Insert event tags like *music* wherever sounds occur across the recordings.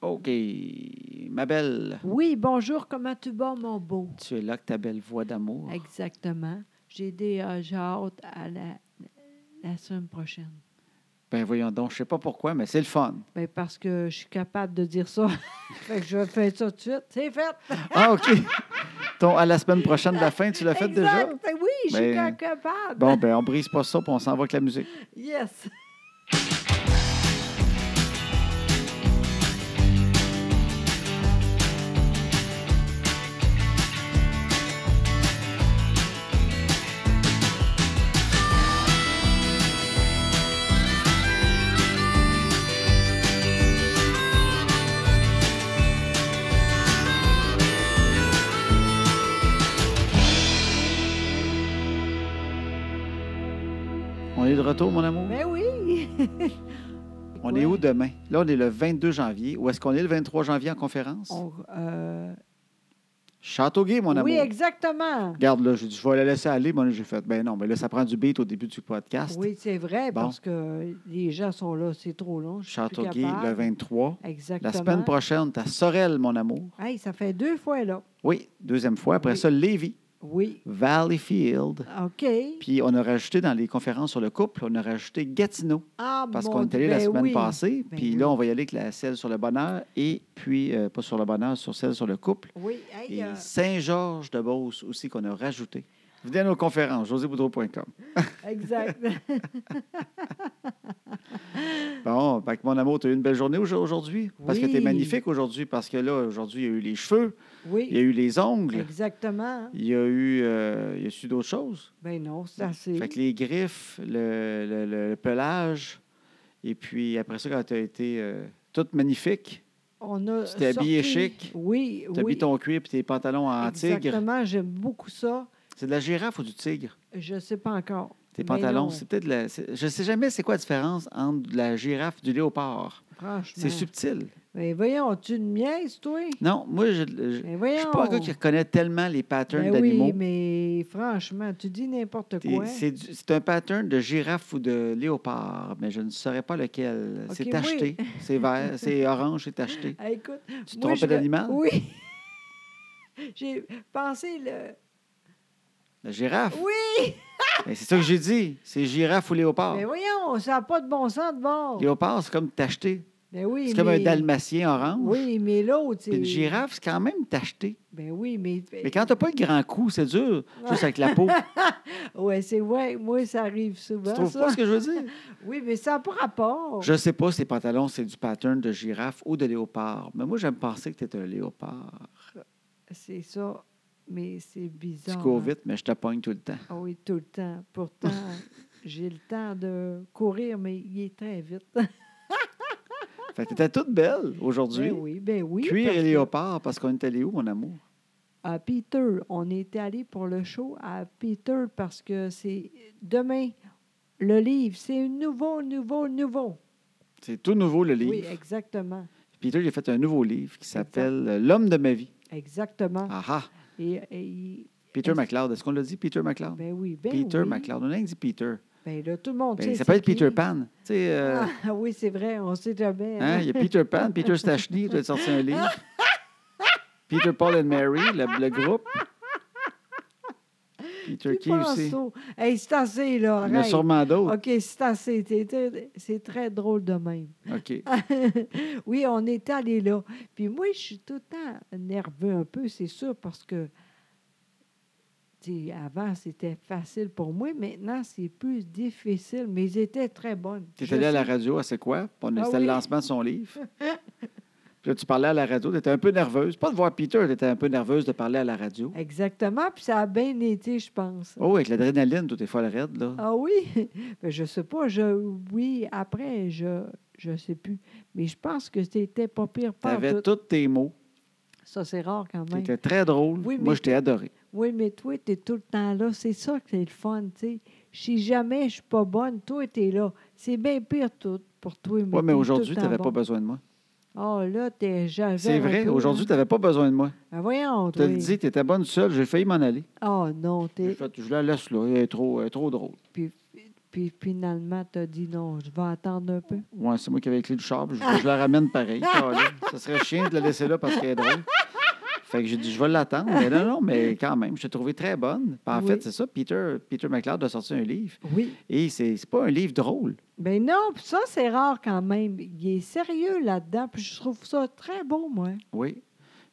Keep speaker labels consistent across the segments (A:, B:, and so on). A: OK. Ma belle,
B: Oui, bonjour, comment tu vas, mon beau?
A: tu es là avec ta belle voix d'amour.
B: Exactement. J'ai des euh, j'ai hâte à la, la semaine prochaine.
A: Ben voyons donc, je sais pas pourquoi, mais c'est le fun.
B: Ben, parce que je suis capable de dire ça. *laughs* fait que je fais ça tout de suite. C'est fait.
A: Ah, OK. *laughs* Ton à la semaine prochaine de la fin, tu l'as fait déjà?
B: Exact. Oui, je suis
A: Ben,
B: capable.
A: Bon, ben on brise pas ça, puis on s'en va avec la musique.
B: Yes.
A: On est de retour, mon amour.
B: Ben oui.
A: *laughs* On est où demain? Là, on est le 22 janvier. Où est-ce qu'on est le 23 janvier en conférence?
B: On- euh,
A: Châteauguay, mon amour.
B: oui, exactement.
A: Regarde, là, j'ai dit, je vais la laisser aller. Moi, j'ai fait, ben non, mais là, ça prend du beat au début du podcast.
B: Oui, c'est vrai,
A: Bon.
B: parce que les gens sont là, c'est trop long. Je suis plus
A: Châteauguay,
B: capable.
A: le 23.
B: Exactement.
A: La semaine prochaine, t'as Sorel, mon amour.
B: Hey, ça fait deux fois, là.
A: Oui, deuxième fois. Après
B: Oui.
A: ça, Lévis,
B: Oui.
A: Valleyfield.
B: OK.
A: Puis on a rajouté dans les conférences sur le couple, on a rajouté Gatineau.
B: Ah,
A: Parce
B: mon
A: qu'on est allé
B: Dieu,
A: la
B: ben
A: semaine
B: oui.
A: passée.
B: Ben
A: puis là, on va y aller avec la selle sur le bonheur et puis, euh, pas sur le bonheur, sur celle sur le couple.
B: Oui, hey,
A: Et
B: euh,
A: Saint-Georges de Beauce aussi qu'on a rajouté. Venez à nos conférences, joséboudreau.com. *laughs*
B: exact. *laughs*
A: Bon, fait que mon amour, tu as eu une belle journée au- aujourd'hui. Parce que tu es
B: Oui.
A: magnifique aujourd'hui. Parce que là, aujourd'hui, il y a eu les cheveux, il y a
B: Oui,
A: eu les ongles,
B: exactement.
A: il y a eu, euh, il y a eu d'autres choses.
B: Ben non, c'est assez.
A: Fait que les griffes, le, le- le- le pelage, et puis après ça, quand tu as été euh, toute magnifique,
B: On a
A: tu t'es habillé
B: sorti-
A: chic.
B: Oui,
A: tu as mis
B: oui.
A: ton cuir et tes pantalons en tigre.
B: Exactement, j'aime beaucoup ça.
A: C'est de la girafe ou du tigre?
B: Je ne sais pas encore.
A: Tes
B: Mais
A: pantalons,
B: non,
A: c'est peut-être de la. c'est- Je sais jamais c'est quoi la différence entre de la girafe et du léopard.
B: Franchement.
A: C'est subtil.
B: Mais voyons, tu une miaise, toi?
A: Non, moi, je ne
B: Mais voyons.
A: suis pas un gars qui reconnaît tellement les patterns
B: Ben
A: d'animaux.
B: oui, mais franchement, tu dis n'importe
A: T'es-
B: quoi.
A: C'est du- c'est un pattern de girafe ou de léopard, mais je ne saurais pas lequel.
B: Ok,
A: c'est
B: oui.
A: tacheté. C'est vert, c'est orange, c'est tacheté.
B: Ah, écoute,
A: Tu te trompes
B: moi, je-
A: d'animal?
B: *laughs* Oui. J'ai pensé le.
A: La girafe?
B: Oui!
A: Mais c'est ça que j'ai dit. C'est girafe ou léopard.
B: Mais voyons, ça n'a pas de bon sens de bord.
A: Léopard, c'est comme tacheté.
B: Ben oui,
A: C'est comme un
B: mais-
A: dalmatien orange.
B: Oui, mais l'autre, c'est.
A: Puis une girafe, c'est quand même tacheté.
B: Ben oui, mais.
A: Mais quand t'as pas le grand coup, c'est dur. Juste avec
B: *laughs*
A: la peau.
B: Ah Ouais, c'est vrai. Moi, ça arrive
A: tu
B: souvent,
A: trouves
B: Ben, ça.
A: pas ce que je veux dire?
B: Oui, mais ça n'a pas rapport.
A: Je sais pas si tes pantalons, c'est du pattern de girafe ou de léopard. Mais moi, j'aime penser que t'es un léopard.
B: C'est ça. Mais c'est bizarre.
A: Tu cours
B: hein.
A: vite, mais je te pogne tout le temps.
B: Ah oui, tout le temps. Pourtant,
A: *laughs*
B: j'ai le temps de courir, mais il est très vite.
A: Fait que t'étais toute belle aujourd'hui.
B: Ben oui, ben oui.
A: Cuir
B: parce
A: et
B: que-
A: léopard, parce qu'on est allé où, mon amour?
B: À Peter. On était allé pour le show à Peter parce que c'est demain. Le livre, c'est nouveau, nouveau, nouveau.
A: C'est tout nouveau, le livre.
B: Oui, exactement.
A: Peter, il a fait un nouveau livre qui s'appelle euh, L'homme de ma vie.
B: Exactement.
A: Ah ah!
B: Et, et il-
A: Peter
B: Est-ce-
A: McLeod. Est-ce qu'on l'a dit, Peter McLeod?
B: ben oui, ben
A: Peter
B: oui.
A: McLeod. On a rien dit Peter.
B: Ben là, tout le monde
A: Ben,
B: sait
A: il
B: c'est
A: s'appelle
B: qui.
A: Peter Pan. Tu sais, euh,
B: *laughs* Ah oui, c'est vrai, on sait jamais.
A: hein,
B: hein.
A: il y a Peter Pan, Peter Stachny, il doit être sorti un
B: *laughs*
A: livre. Peter Paul and Mary, le, le groupe. Peter
B: Tu
A: qui
B: penses
A: aussi.
B: au- Hey, c'est assez, là.
A: Il y en a
B: arrête.
A: sûrement d'autres.
B: OK, c'est assez. T'es- t'es- C'est très drôle de même. *laughs*
A: OK.
B: Ah, oui, on est allé là. Puis moi, je suis tout le temps nerveux un peu, c'est sûr, parce que tu sais, avant, c'était facile pour moi. Maintenant, c'est plus difficile, mais ils étaient très bonnes.
A: Tu es
B: Je
A: allé à la
B: sais-
A: radio à C'est quoi? Puis On
B: Ah
A: c'était le
B: oui.
A: lancement de son
B: *laughs*
A: livre. Puis là, tu parlais à la radio, tu étais un peu nerveuse. Pas de voir Peter, tu étais un peu nerveuse de parler à la radio.
B: Ah. Exactement, puis ça a bien été, je pense.
A: Oh, avec l'adrénaline, tout est folle raide, là.
B: Ah oui? *laughs* Ben, je sais pas. Je, oui, après, je je sais plus. Mais je pense que c'était pas pire
A: Tu
B: pas
A: avais tous tes mots.
B: Ça, c'est rare quand
A: Tu
B: même.
A: étais très drôle.
B: Oui,
A: Moi,
B: mais-
A: je t'ai adoré.
B: Oui, mais toi, tu es tout le temps là. C'est ça que c'est le fun, tu sais. Si jamais je suis pas bonne, toi, tu es là. C'est bien pire tout pour toi.
A: Oui, mais
B: t'es
A: aujourd'hui,
B: tout
A: tu
B: le temps
A: n'avais
B: bon.
A: pas besoin de moi.
B: Ah, là, t'es j'avais
A: C'est
B: un
A: vrai,
B: peu,
A: aujourd'hui,
B: hein.
A: tu n'avais pas besoin de moi.
B: Ah, voyons,
A: Je te
B: toi.
A: le dis, tu étais bonne seule, j'ai failli m'en aller.
B: Ah, non,
A: J'ai
B: t'es.
A: fait, je la laisse là, elle est trop, elle est trop drôle.
B: Puis finalement, tu as dit non, je vais attendre un peu.
A: Ouais, c'est moi qui avais les clés du char, puis je, je la ramène pareil. Caroline. Ça serait chiant de la laisser là parce qu'elle est drôle. Fait que j'ai dit, je vais l'attendre. Mais non, non, mais quand même, je t'ai trouvée très bonne. Puis en
B: Oui.
A: fait, c'est ça, Peter, Peter McLeod a sorti un livre.
B: Oui.
A: Et c'est c'est pas un livre drôle.
B: Ben non, puis ça, c'est rare quand même. Il est sérieux là-dedans, puis je trouve ça très beau, moi.
A: Oui.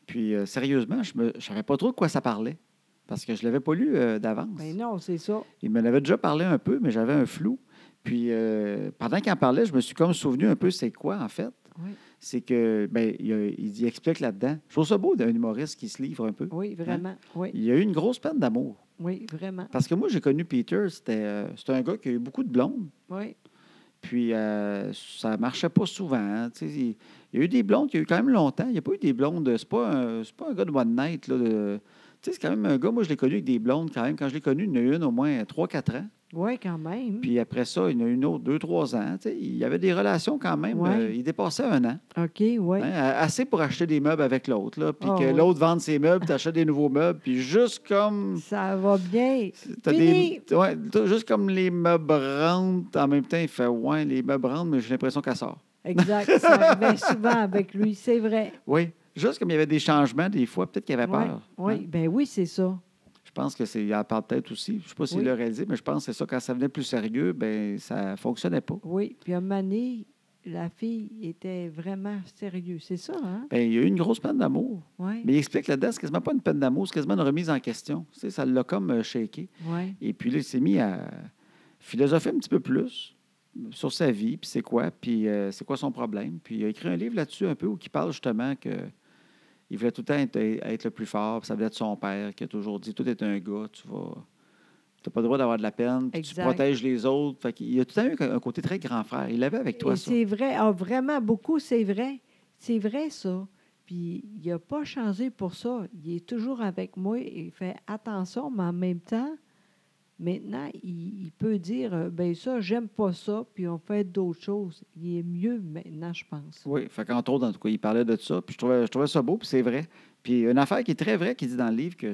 A: Puis euh, sérieusement, je ne savais pas trop de quoi ça parlait. Parce que je ne l'avais pas lu euh, d'avance.
B: Ben non, c'est ça.
A: Il me l'avait déjà parlé un peu, mais j'avais un flou. Puis euh, pendant qu'il en parlait, je me suis comme souvenu un peu c'est quoi, en fait.
B: Oui.
A: C'est que, ben, il, a- il dit- explique là-dedans. Je trouve ça beau d'un humoriste qui se livre un peu.
B: Oui, vraiment. Oui,
A: Il a eu une grosse peine d'amour.
B: oui, vraiment.
A: Parce que moi, j'ai connu Peter, c'était euh, c'était un gars qui a eu beaucoup de blondes.
B: Oui,
A: Puis euh, ça marchait pas souvent. hein. Tu sais, Il, il y a eu des blondes, il y a eu quand même longtemps. Il n'y a pas eu des blondes. C'est pas, un- c'est pas un gars de One Night. Là, de- tu sais, c'est quand même un gars, moi je l'ai connu avec des blondes quand même. Quand je l'ai connu, il y en a eu une au moins 3-4 ans.
B: oui, quand même.
A: Puis après ça, il y en a eu une autre 2-3 ans. Tu sais, il y avait des relations quand même.
B: Ouais.
A: euh, il dépassait un an.
B: OK, oui.
A: hein, a- assez pour acheter des meubles avec l'autre. là, Puis
B: Ah,
A: que
B: ouais.
A: l'autre vende ses meubles, tu achètes des nouveaux meubles. Puis juste comme.
B: Ça va bien.
A: T'as
B: Fini.
A: des, ouais, t'as juste comme les meubles rentrent, en même temps, il fait Ouais, les meubles rentrent, mais j'ai l'impression qu'elle sort.
B: *laughs* Exact. Ça arrivait souvent avec lui, c'est vrai.
A: Oui. Juste comme il y avait des changements, des fois, peut-être qu'il avait
B: Oui,
A: peur.
B: oui.
A: Hein?
B: ben oui, c'est ça.
A: Je pense que c'est. Il en parle peut-être aussi. Je ne sais pas s'il
B: Oui.
A: l'a réalisé, mais je pense que c'est ça. Quand ça venait plus sérieux, ben ça ne fonctionnait pas.
B: Oui, puis à un moment donné, la fille était vraiment sérieuse. C'est ça, hein?
A: Ben, il y a eu une grosse peine d'amour.
B: Oui,
A: Mais il explique là-dedans, c'est quasiment pas une peine d'amour, c'est quasiment une remise en question. Tu sais, ça l'a comme euh, shaké.
B: oui.
A: Et puis là, il s'est mis à philosopher un petit peu plus sur sa vie, puis c'est quoi, puis euh, c'est quoi son problème. Puis il a écrit un livre là-dessus un peu où il parle justement que il voulait tout le temps être, être le plus fort, puis ça venait de son père qui a toujours dit tout est un gars, tu vas t'as pas le droit d'avoir de la peine, puis tu
B: Exact.
A: protèges les autres. Fait qu'il- il a tout le temps eu un côté très grand frère. Il l'avait avec toi
B: Et
A: ça.
B: c'est vrai, ah, vraiment beaucoup, c'est vrai. C'est vrai, ça. Puis il n'a pas changé pour ça. Il est toujours avec moi. Il fait attention, mais en même temps, maintenant, il, il peut dire euh, ben ça, j'aime pas ça, puis on fait d'autres choses. Il est mieux maintenant, je pense.
A: Oui, fait qu'entre autres, en tout cas, il parlait de ça. Puis je trouvais, je trouvais ça beau, puis c'est vrai. Puis une affaire qui est très vraie, qui dit dans le livre que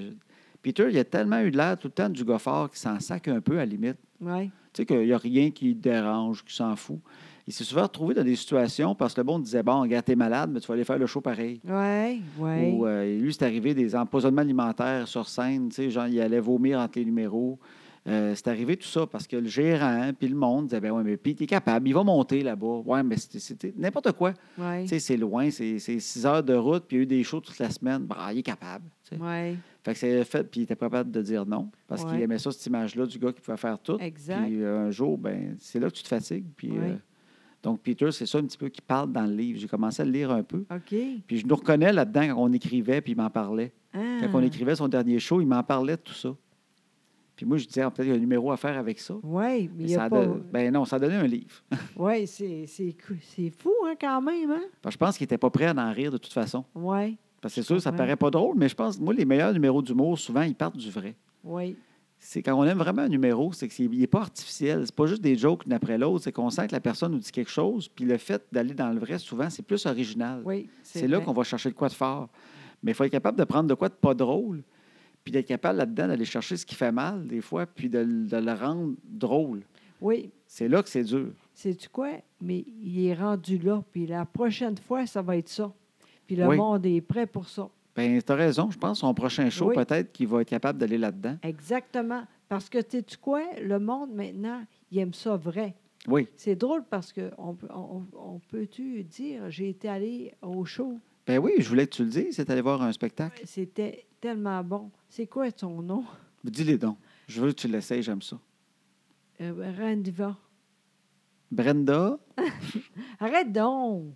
A: Peter, il a tellement eu de l'air tout le temps du gars fort qui s'en sac un peu à la limite.
B: Oui,
A: Tu sais qu'il n'y a rien qui le dérange, qui s'en fout. Il s'est souvent retrouvé dans des situations parce que le bon disait Bon, regarde, t'es malade, mais tu vas aller faire le show pareil.
B: oui, oui.
A: Ou euh, lui, c'est arrivé des empoisonnements alimentaires sur scène, tu sais, genre, il allait vomir entre les numéros. Euh, c'est arrivé tout ça parce que le gérant puis le monde disait ben ouais mais Pete, il est capable il va monter là-bas ouais mais c'était- c'était n'importe quoi
B: Oui,
A: tu sais c'est loin c'est c'est six heures de route puis il y a eu des shows toute la semaine bah il est capable tu sais.
B: oui,
A: fait que c'est fait puis il était pas capable de dire non parce
B: Ouais.
A: qu'il aimait ça cette image là du gars qui pouvait faire tout
B: exact.
A: puis euh, un jour, ben, c'est là que tu te fatigues. Puis,
B: Oui.
A: euh, donc, Peter, c'est ça un petit peu qui parle dans le livre. J'ai commencé à le lire un peu.
B: OK.
A: Puis je nous reconnais là-dedans quand on écrivait, puis il m'en parlait.
B: Ah.
A: Quand on écrivait son dernier show, il m'en parlait de tout ça. Puis moi, je disais, ah, peut-être qu'il y a un numéro à faire avec ça.
B: Oui, mais il
A: Mais
B: n'y
A: ça
B: a
A: a
B: pas.
A: don- Ben non, ça a donné un livre.
B: Oui, c'est c'est cou- c'est fou, hein, quand même, hein?
A: Parce que je pense qu'il n'était pas prêt à en rire de toute façon.
B: Oui,
A: Parce que c'est sûr, ça
B: comprends.
A: paraît pas drôle, mais je pense, moi, les meilleurs numéros d'humour, souvent, ils partent du vrai.
B: oui.
A: C'est quand on aime vraiment un numéro, c'est qu'il n'est pas artificiel. C'est pas juste des jokes l'une après l'autre. C'est qu'on sent que la personne nous dit quelque chose. Puis le fait d'aller dans le vrai, souvent, c'est plus original.
B: Oui,
A: c'est là
B: vrai.
A: qu'on va chercher de quoi de fort. Mais il faut être capable de prendre de quoi de pas drôle. Puis d'être capable là-dedans d'aller chercher ce qui fait mal, des fois, puis de, le- de le rendre drôle.
B: Oui,
A: C'est là que c'est dur.
B: sais-tu quoi? Mais il est rendu là, puis la prochaine fois, ça va être ça. Puis le
A: Oui.
B: monde est prêt pour ça.
A: Ben, t'as raison. Je pense son prochain show,
B: Oui.
A: peut-être qu'il va être capable d'aller là-dedans.
B: Exactement. Parce que, sais-tu quoi? Le monde, maintenant, il aime ça vrai.
A: Oui.
B: C'est drôle parce que on, peut- on, on peut-tu dire, j'ai été allé au show,
A: Ben oui, je voulais que tu le dises. C'est aller voir un spectacle.
B: c'était tellement bon. C'est quoi son nom?
A: Dis-les donc. Je veux que tu l'essayes, j'aime ça.
B: Euh, Randiva.
A: Brenda,
B: Arrête donc!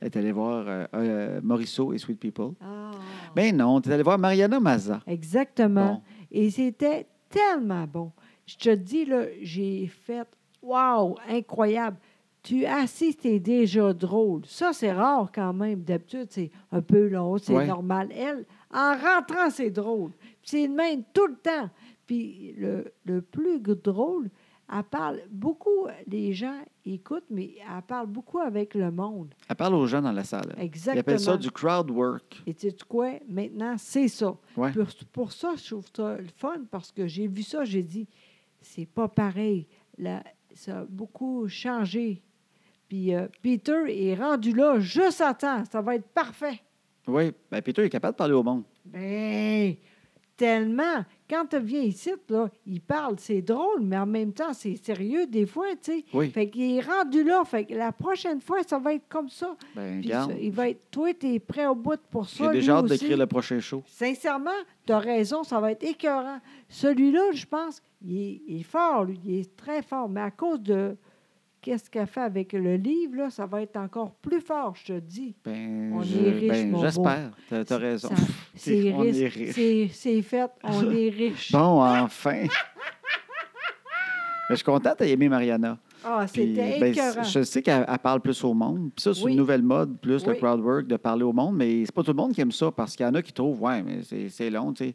A: est allé voir euh, euh, Morisseau et Sweet People.
B: Ah.
A: Ben non, t'es allé voir Mariana Maza.
B: Exactement.
A: Bon.
B: Et c'était tellement bon. Je te dis, là, j'ai fait Waouh, incroyable. Tu assis, t'es déjà drôle. Ça, c'est rare quand même. D'habitude, c'est un peu long, c'est
A: Ouais.
B: normal. Elle, en rentrant, c'est drôle. Puis C'est de même tout le temps. Puis le, le plus drôle, elle parle beaucoup, les gens écoutent, mais elle parle beaucoup avec le monde.
A: Elle parle aux gens dans la salle. elle. Ils
B: Exactement.
A: appellent ça du crowd work.
B: Et tu sais quoi? Maintenant, c'est ça.
A: Ouais.
B: Pour, pour ça, je trouve ça le fun parce que j'ai vu ça, j'ai dit, c'est pas pareil. la- ça a beaucoup changé. Puis euh, Peter est rendu là juste à temps. Ça va être parfait.
A: Oui, ben Peter est capable de parler au monde.
B: Ben, tellement. Quand tu viens ici, là, il parle, c'est drôle, mais en même temps, c'est sérieux des fois, tu sais.
A: Oui,
B: Fait qu'il est rendu là. Fait que la prochaine fois, ça va être comme ça.
A: ben
B: Puis
A: regarde,
B: ça- il va être, toi, t'es prêt au bout pour ça.
A: j'ai
B: lui
A: déjà hâte
B: aussi.
A: d'écrire le prochain show.
B: Sincèrement, tu as raison, ça va être écœurant. Celui-là, je pense, il est, il est fort, lui, il est très fort. Mais à cause de qu'est-ce qu'elle fait avec le livre, là, ça va être encore plus fort, je te dis.
A: Ben,
B: On
A: je-
B: est riche,
A: ben,
B: mon beau.
A: j'espère. Tu as, raison.
B: Ça-
A: T'es-
B: C'est
A: on est
B: riche.
A: riche.
B: C'est- C'est fait,
A: *laughs*
B: on est riche.
A: Bon, enfin. *laughs* Ben, je suis contente d'avoir aimé Mariana.
B: Ah,
A: Puis,
B: c'était
A: ben,
B: écœurant.
A: je sais qu'elle elle parle plus au monde. Puis ça, c'est
B: Oui.
A: une nouvelle mode, plus le
B: Oui.
A: crowd work, de parler au monde. Mais c'est pas tout le monde qui aime ça parce qu'il y en a qui trouvent, ouais, mais c'est c'est long, tu sais.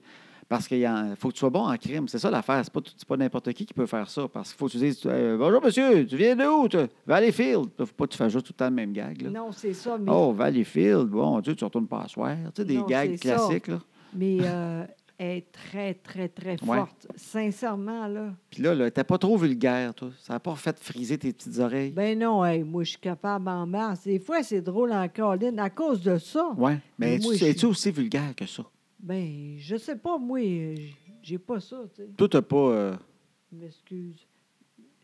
A: Parce qu'il y en- faut que tu sois bon en crime. C'est ça l'affaire. C'est pas, tout- c'est pas n'importe qui qui peut faire ça. Parce qu'il faut que tu dises, Hey, bonjour monsieur, tu viens de où? toi? Valleyfield. Faut pas que tu fasses juste tout le temps le même gag. là.
B: Non, c'est ça, mais,
A: Oh, Valleyfield, bon Dieu, tu retournes pas à soir. Tu sais, des
B: Non,
A: gags
B: c'est ça.
A: classiques. Là.
B: mais euh, elle est très, très, très
A: Ouais.
B: forte. Sincèrement, là.
A: Puis là, là t'es pas trop vulgaire, toi. Ça n'a pas fait friser tes petites oreilles.
B: Ben non, hey, moi, je suis capable en masse. Des fois, c'est drôle en colline. À cause de ça,
A: ouais. Mais
B: mais moi,
A: es-tu
B: je-
A: es-tu aussi vulgaire que ça?
B: ben, je sais pas, moi, euh, j- j'ai pas ça, tu sais.
A: Toi, t'as pas. euh,
B: Je m'excuse.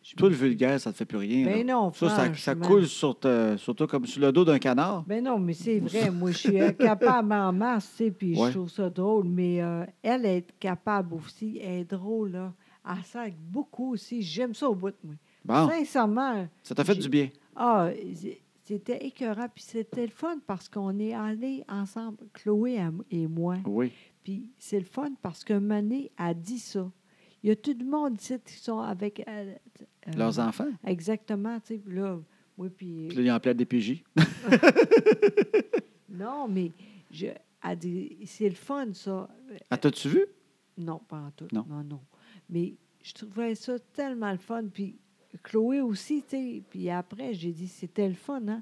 B: Je
A: Toi,
B: me-
A: le vulgaire, ça te fait plus rien.
B: Ben
A: là.
B: non,
A: ça, ça, ça
B: franchement.
A: coule sur, te- sur toi comme sur le dos d'un canard.
B: Ben non, mais c'est vrai, moi, je suis euh, capable en masse, tu sais, puis
A: Ouais.
B: je trouve ça drôle, mais euh, elle est capable aussi, elle est drôle, là. Elle s'aide beaucoup aussi, j'aime ça au bout de moi.
A: Bon,
B: Sincèrement,
A: ça t'a fait
B: j'ai-
A: du bien.
B: ah, c'est- c'était écœurant, puis c'était le fun parce qu'on est allés ensemble, Chloé elle- et moi.
A: Oui.
B: Puis c'est le fun parce que Mané a dit ça. Il y a tout le monde ici qui sont avec elle. euh,
A: Leurs enfants.
B: Exactement, tu sais, puis là, oui, puis...
A: Puis là, ils en plaident des PJ.
B: Non, mais je, elle dit, c'est le fun, ça.
A: Ah, t'as-tu vu?
B: Non, pas en tout.
A: Non.
B: Non. non, Mais je trouvais ça tellement le fun. Puis Chloé aussi, tu sais. Puis après, j'ai dit, c'était le fun, hein?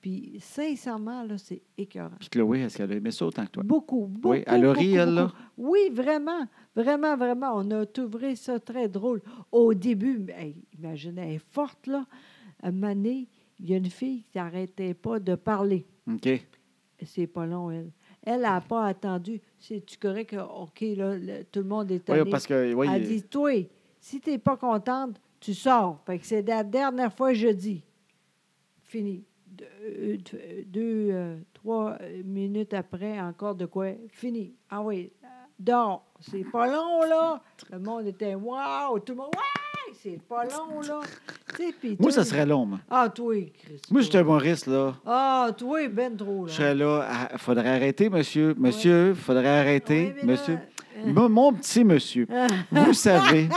B: Puis sincèrement, là, c'est écœurant.
A: Puis Chloé, est-ce qu'elle a aimé ça autant que toi?
B: Beaucoup, beaucoup.
A: oui, elle a ri,
B: beaucoup,
A: elle, là.
B: beaucoup. Oui, vraiment, vraiment, vraiment. On a trouvé ça très drôle. Au début, mais, hey, imagine, elle est forte, là. À un moment donné, il y a une fille qui n'arrêtait pas de parler.
A: OK.
B: C'est pas long, elle. Elle n'a pas attendu. C'est-tu correct? que, OK, là, le- tout le monde est
A: Oui,
B: tanné.
A: parce que. oui,
B: Elle dit, toi, si tu n'es pas contente, tu sors. Fait que c'est la dernière fois que je dis. Fini. Deux, euh, deux, deux, euh, trois euh, minutes après, encore de quoi? Fini. Ah oui, euh, dors. C'est pas long, là. Le monde était, waouh, tout le monde, ouais, c'est pas long, là. Tu sais, puis
A: Moi,
B: toi-
A: ça serait long, moi.
B: Ah, toi, Christophe.
A: Moi, j'étais humoriste, là.
B: Ah, toi, ben trop, là.
A: Je serais là. Ah, faudrait arrêter, monsieur. Monsieur, faudrait arrêter,
B: Ouais, mais là,
A: monsieur.
B: euh,
A: Mon- mon petit
B: *laughs*
A: monsieur, vous savez.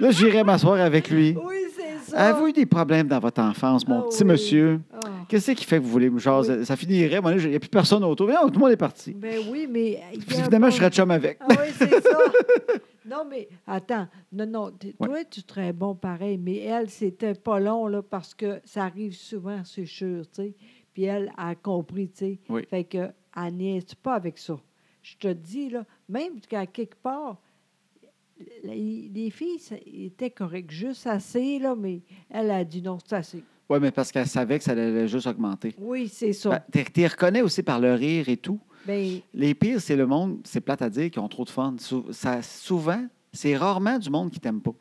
A: Là, j'irai m'asseoir avec lui.
B: Oui, c'est ça.
A: Avez-vous eu des problèmes dans votre enfance, mon
B: Ah
A: petit
B: oui.
A: monsieur?
B: Ah.
A: Qu'est-ce qui fait que vous voulez me jaser? Ça finirait, moi, il n'y a plus personne autour. Mais non, tout le monde est parti.
B: Ben oui, mais. il y
A: Puis
B: a
A: finalement,
B: pas-
A: je serais chum avec.
B: Ah oui, c'est
A: *laughs*
B: ça. Non, mais attends. Non, non. t-
A: Ouais.
B: Toi, tu serais bon pareil, mais elle, c'était pas long, là, parce que ça arrive souvent, c'est sûr, tu sais. Puis elle a compris, tu sais.
A: Oui.
B: Fait que, elle niaise pas avec ça. Je te dis, là, même qu'à quelque part, les les filles ça- étaient correctes, juste assez, là, mais elle a dit non, c'est assez.
A: Oui, mais parce qu'elle savait que ça allait juste augmenter.
B: Oui, c'est ça.
A: Ben, T'es t'es reconnais aussi par le rire et tout.
B: Ben,
A: Les pires, c'est le monde, c'est plate à dire, qui ont trop de fun. Sou- ça- souvent, c'est rarement du monde qui t'aime pas,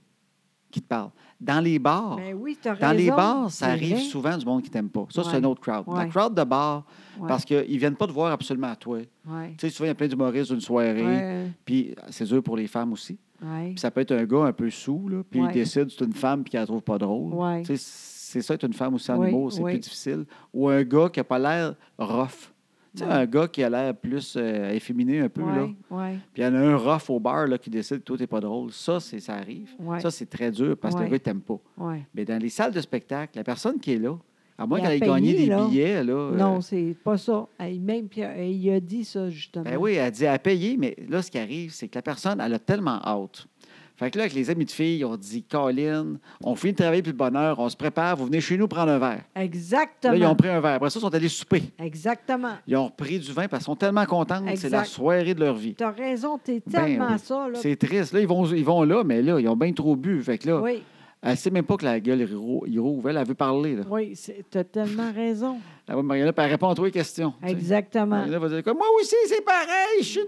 A: qui te parle. Dans les bars,
B: ben oui, t'as
A: oh, dans les
B: raison,
A: bars, ça
B: c'est
A: arrive
B: vrai.
A: souvent du monde qui t'aime pas. Ça, c'est
B: Ouais.
A: un autre crowd. La
B: Ouais.
A: crowd de bar,
B: Ouais,
A: parce qu'ils ne viennent pas te voir absolument à toi.
B: ouais,
A: Tu sais, souvent, il y a plein d'humoristes d'une soirée,
B: ouais,
A: puis c'est dur pour les femmes aussi.
B: ouais.
A: Puis ça peut être un gars un peu saoul, là, puis il
B: Ouais.
A: décide que c'est une femme puis qu'elle la trouve pas drôle.
B: Ouais.
A: Tu sais, C'est ça, être une femme aussi en
B: Oui,
A: humour, c'est
B: oui.
A: plus difficile. Ou un gars qui n'a pas l'air rough. Tu sais,
B: Ouais.
A: un gars qui a l'air plus euh, efféminé un peu, là.
B: Oui, oui,
A: Puis il y en a un rough au bar là, qui décide que toi, t'es pas drôle. Ça, c'est, ça arrive.
B: Ouais.
A: Ça, c'est très dur parce que le
B: Ouais.
A: gars, il t'aime pas.
B: oui.
A: Mais dans les salles de spectacle, la personne qui est là, à moins
B: Il
A: qu'elle
B: a
A: ait gagné des
B: payé, là.
A: billets, là.
B: Non,
A: euh,
B: c'est pas ça. Elle- Même puis, euh, il a dit ça, justement.
A: Ben oui, elle dit à payer, mais là, ce qui arrive, c'est que la personne, elle a tellement hâte. Fait que là, avec les amis de filles, on dit Colin, on finit de travailler puis le bonheur, on se prépare, vous venez chez nous prendre un verre. Là, ils
B: Exactement.
A: ont pris un verre. Après ça, ils sont allés souper.
B: Exactement.
A: Ils ont repris du vin parce qu'ils sont tellement contents. C'est
B: Exact.
A: la soirée de leur vie.
B: Tu as raison, tu es
A: Ben
B: tellement
A: oui.
B: ça. Là.
A: C'est triste. Là, ils vont, ils vont là, mais là, ils ont bien trop bu. Fait que là,
B: Oui,
A: Elle ne sait même pas que la gueule est rou- est rouvelle. Elle veut parler. Là.
B: Oui, tu as
A: *laughs*
B: tellement raison.
A: La voix de Mariana, puis elle répond à trois questions. tu sais.
B: Exactement.
A: Mariana va dire comme, Moi aussi, c'est pareil, je suis de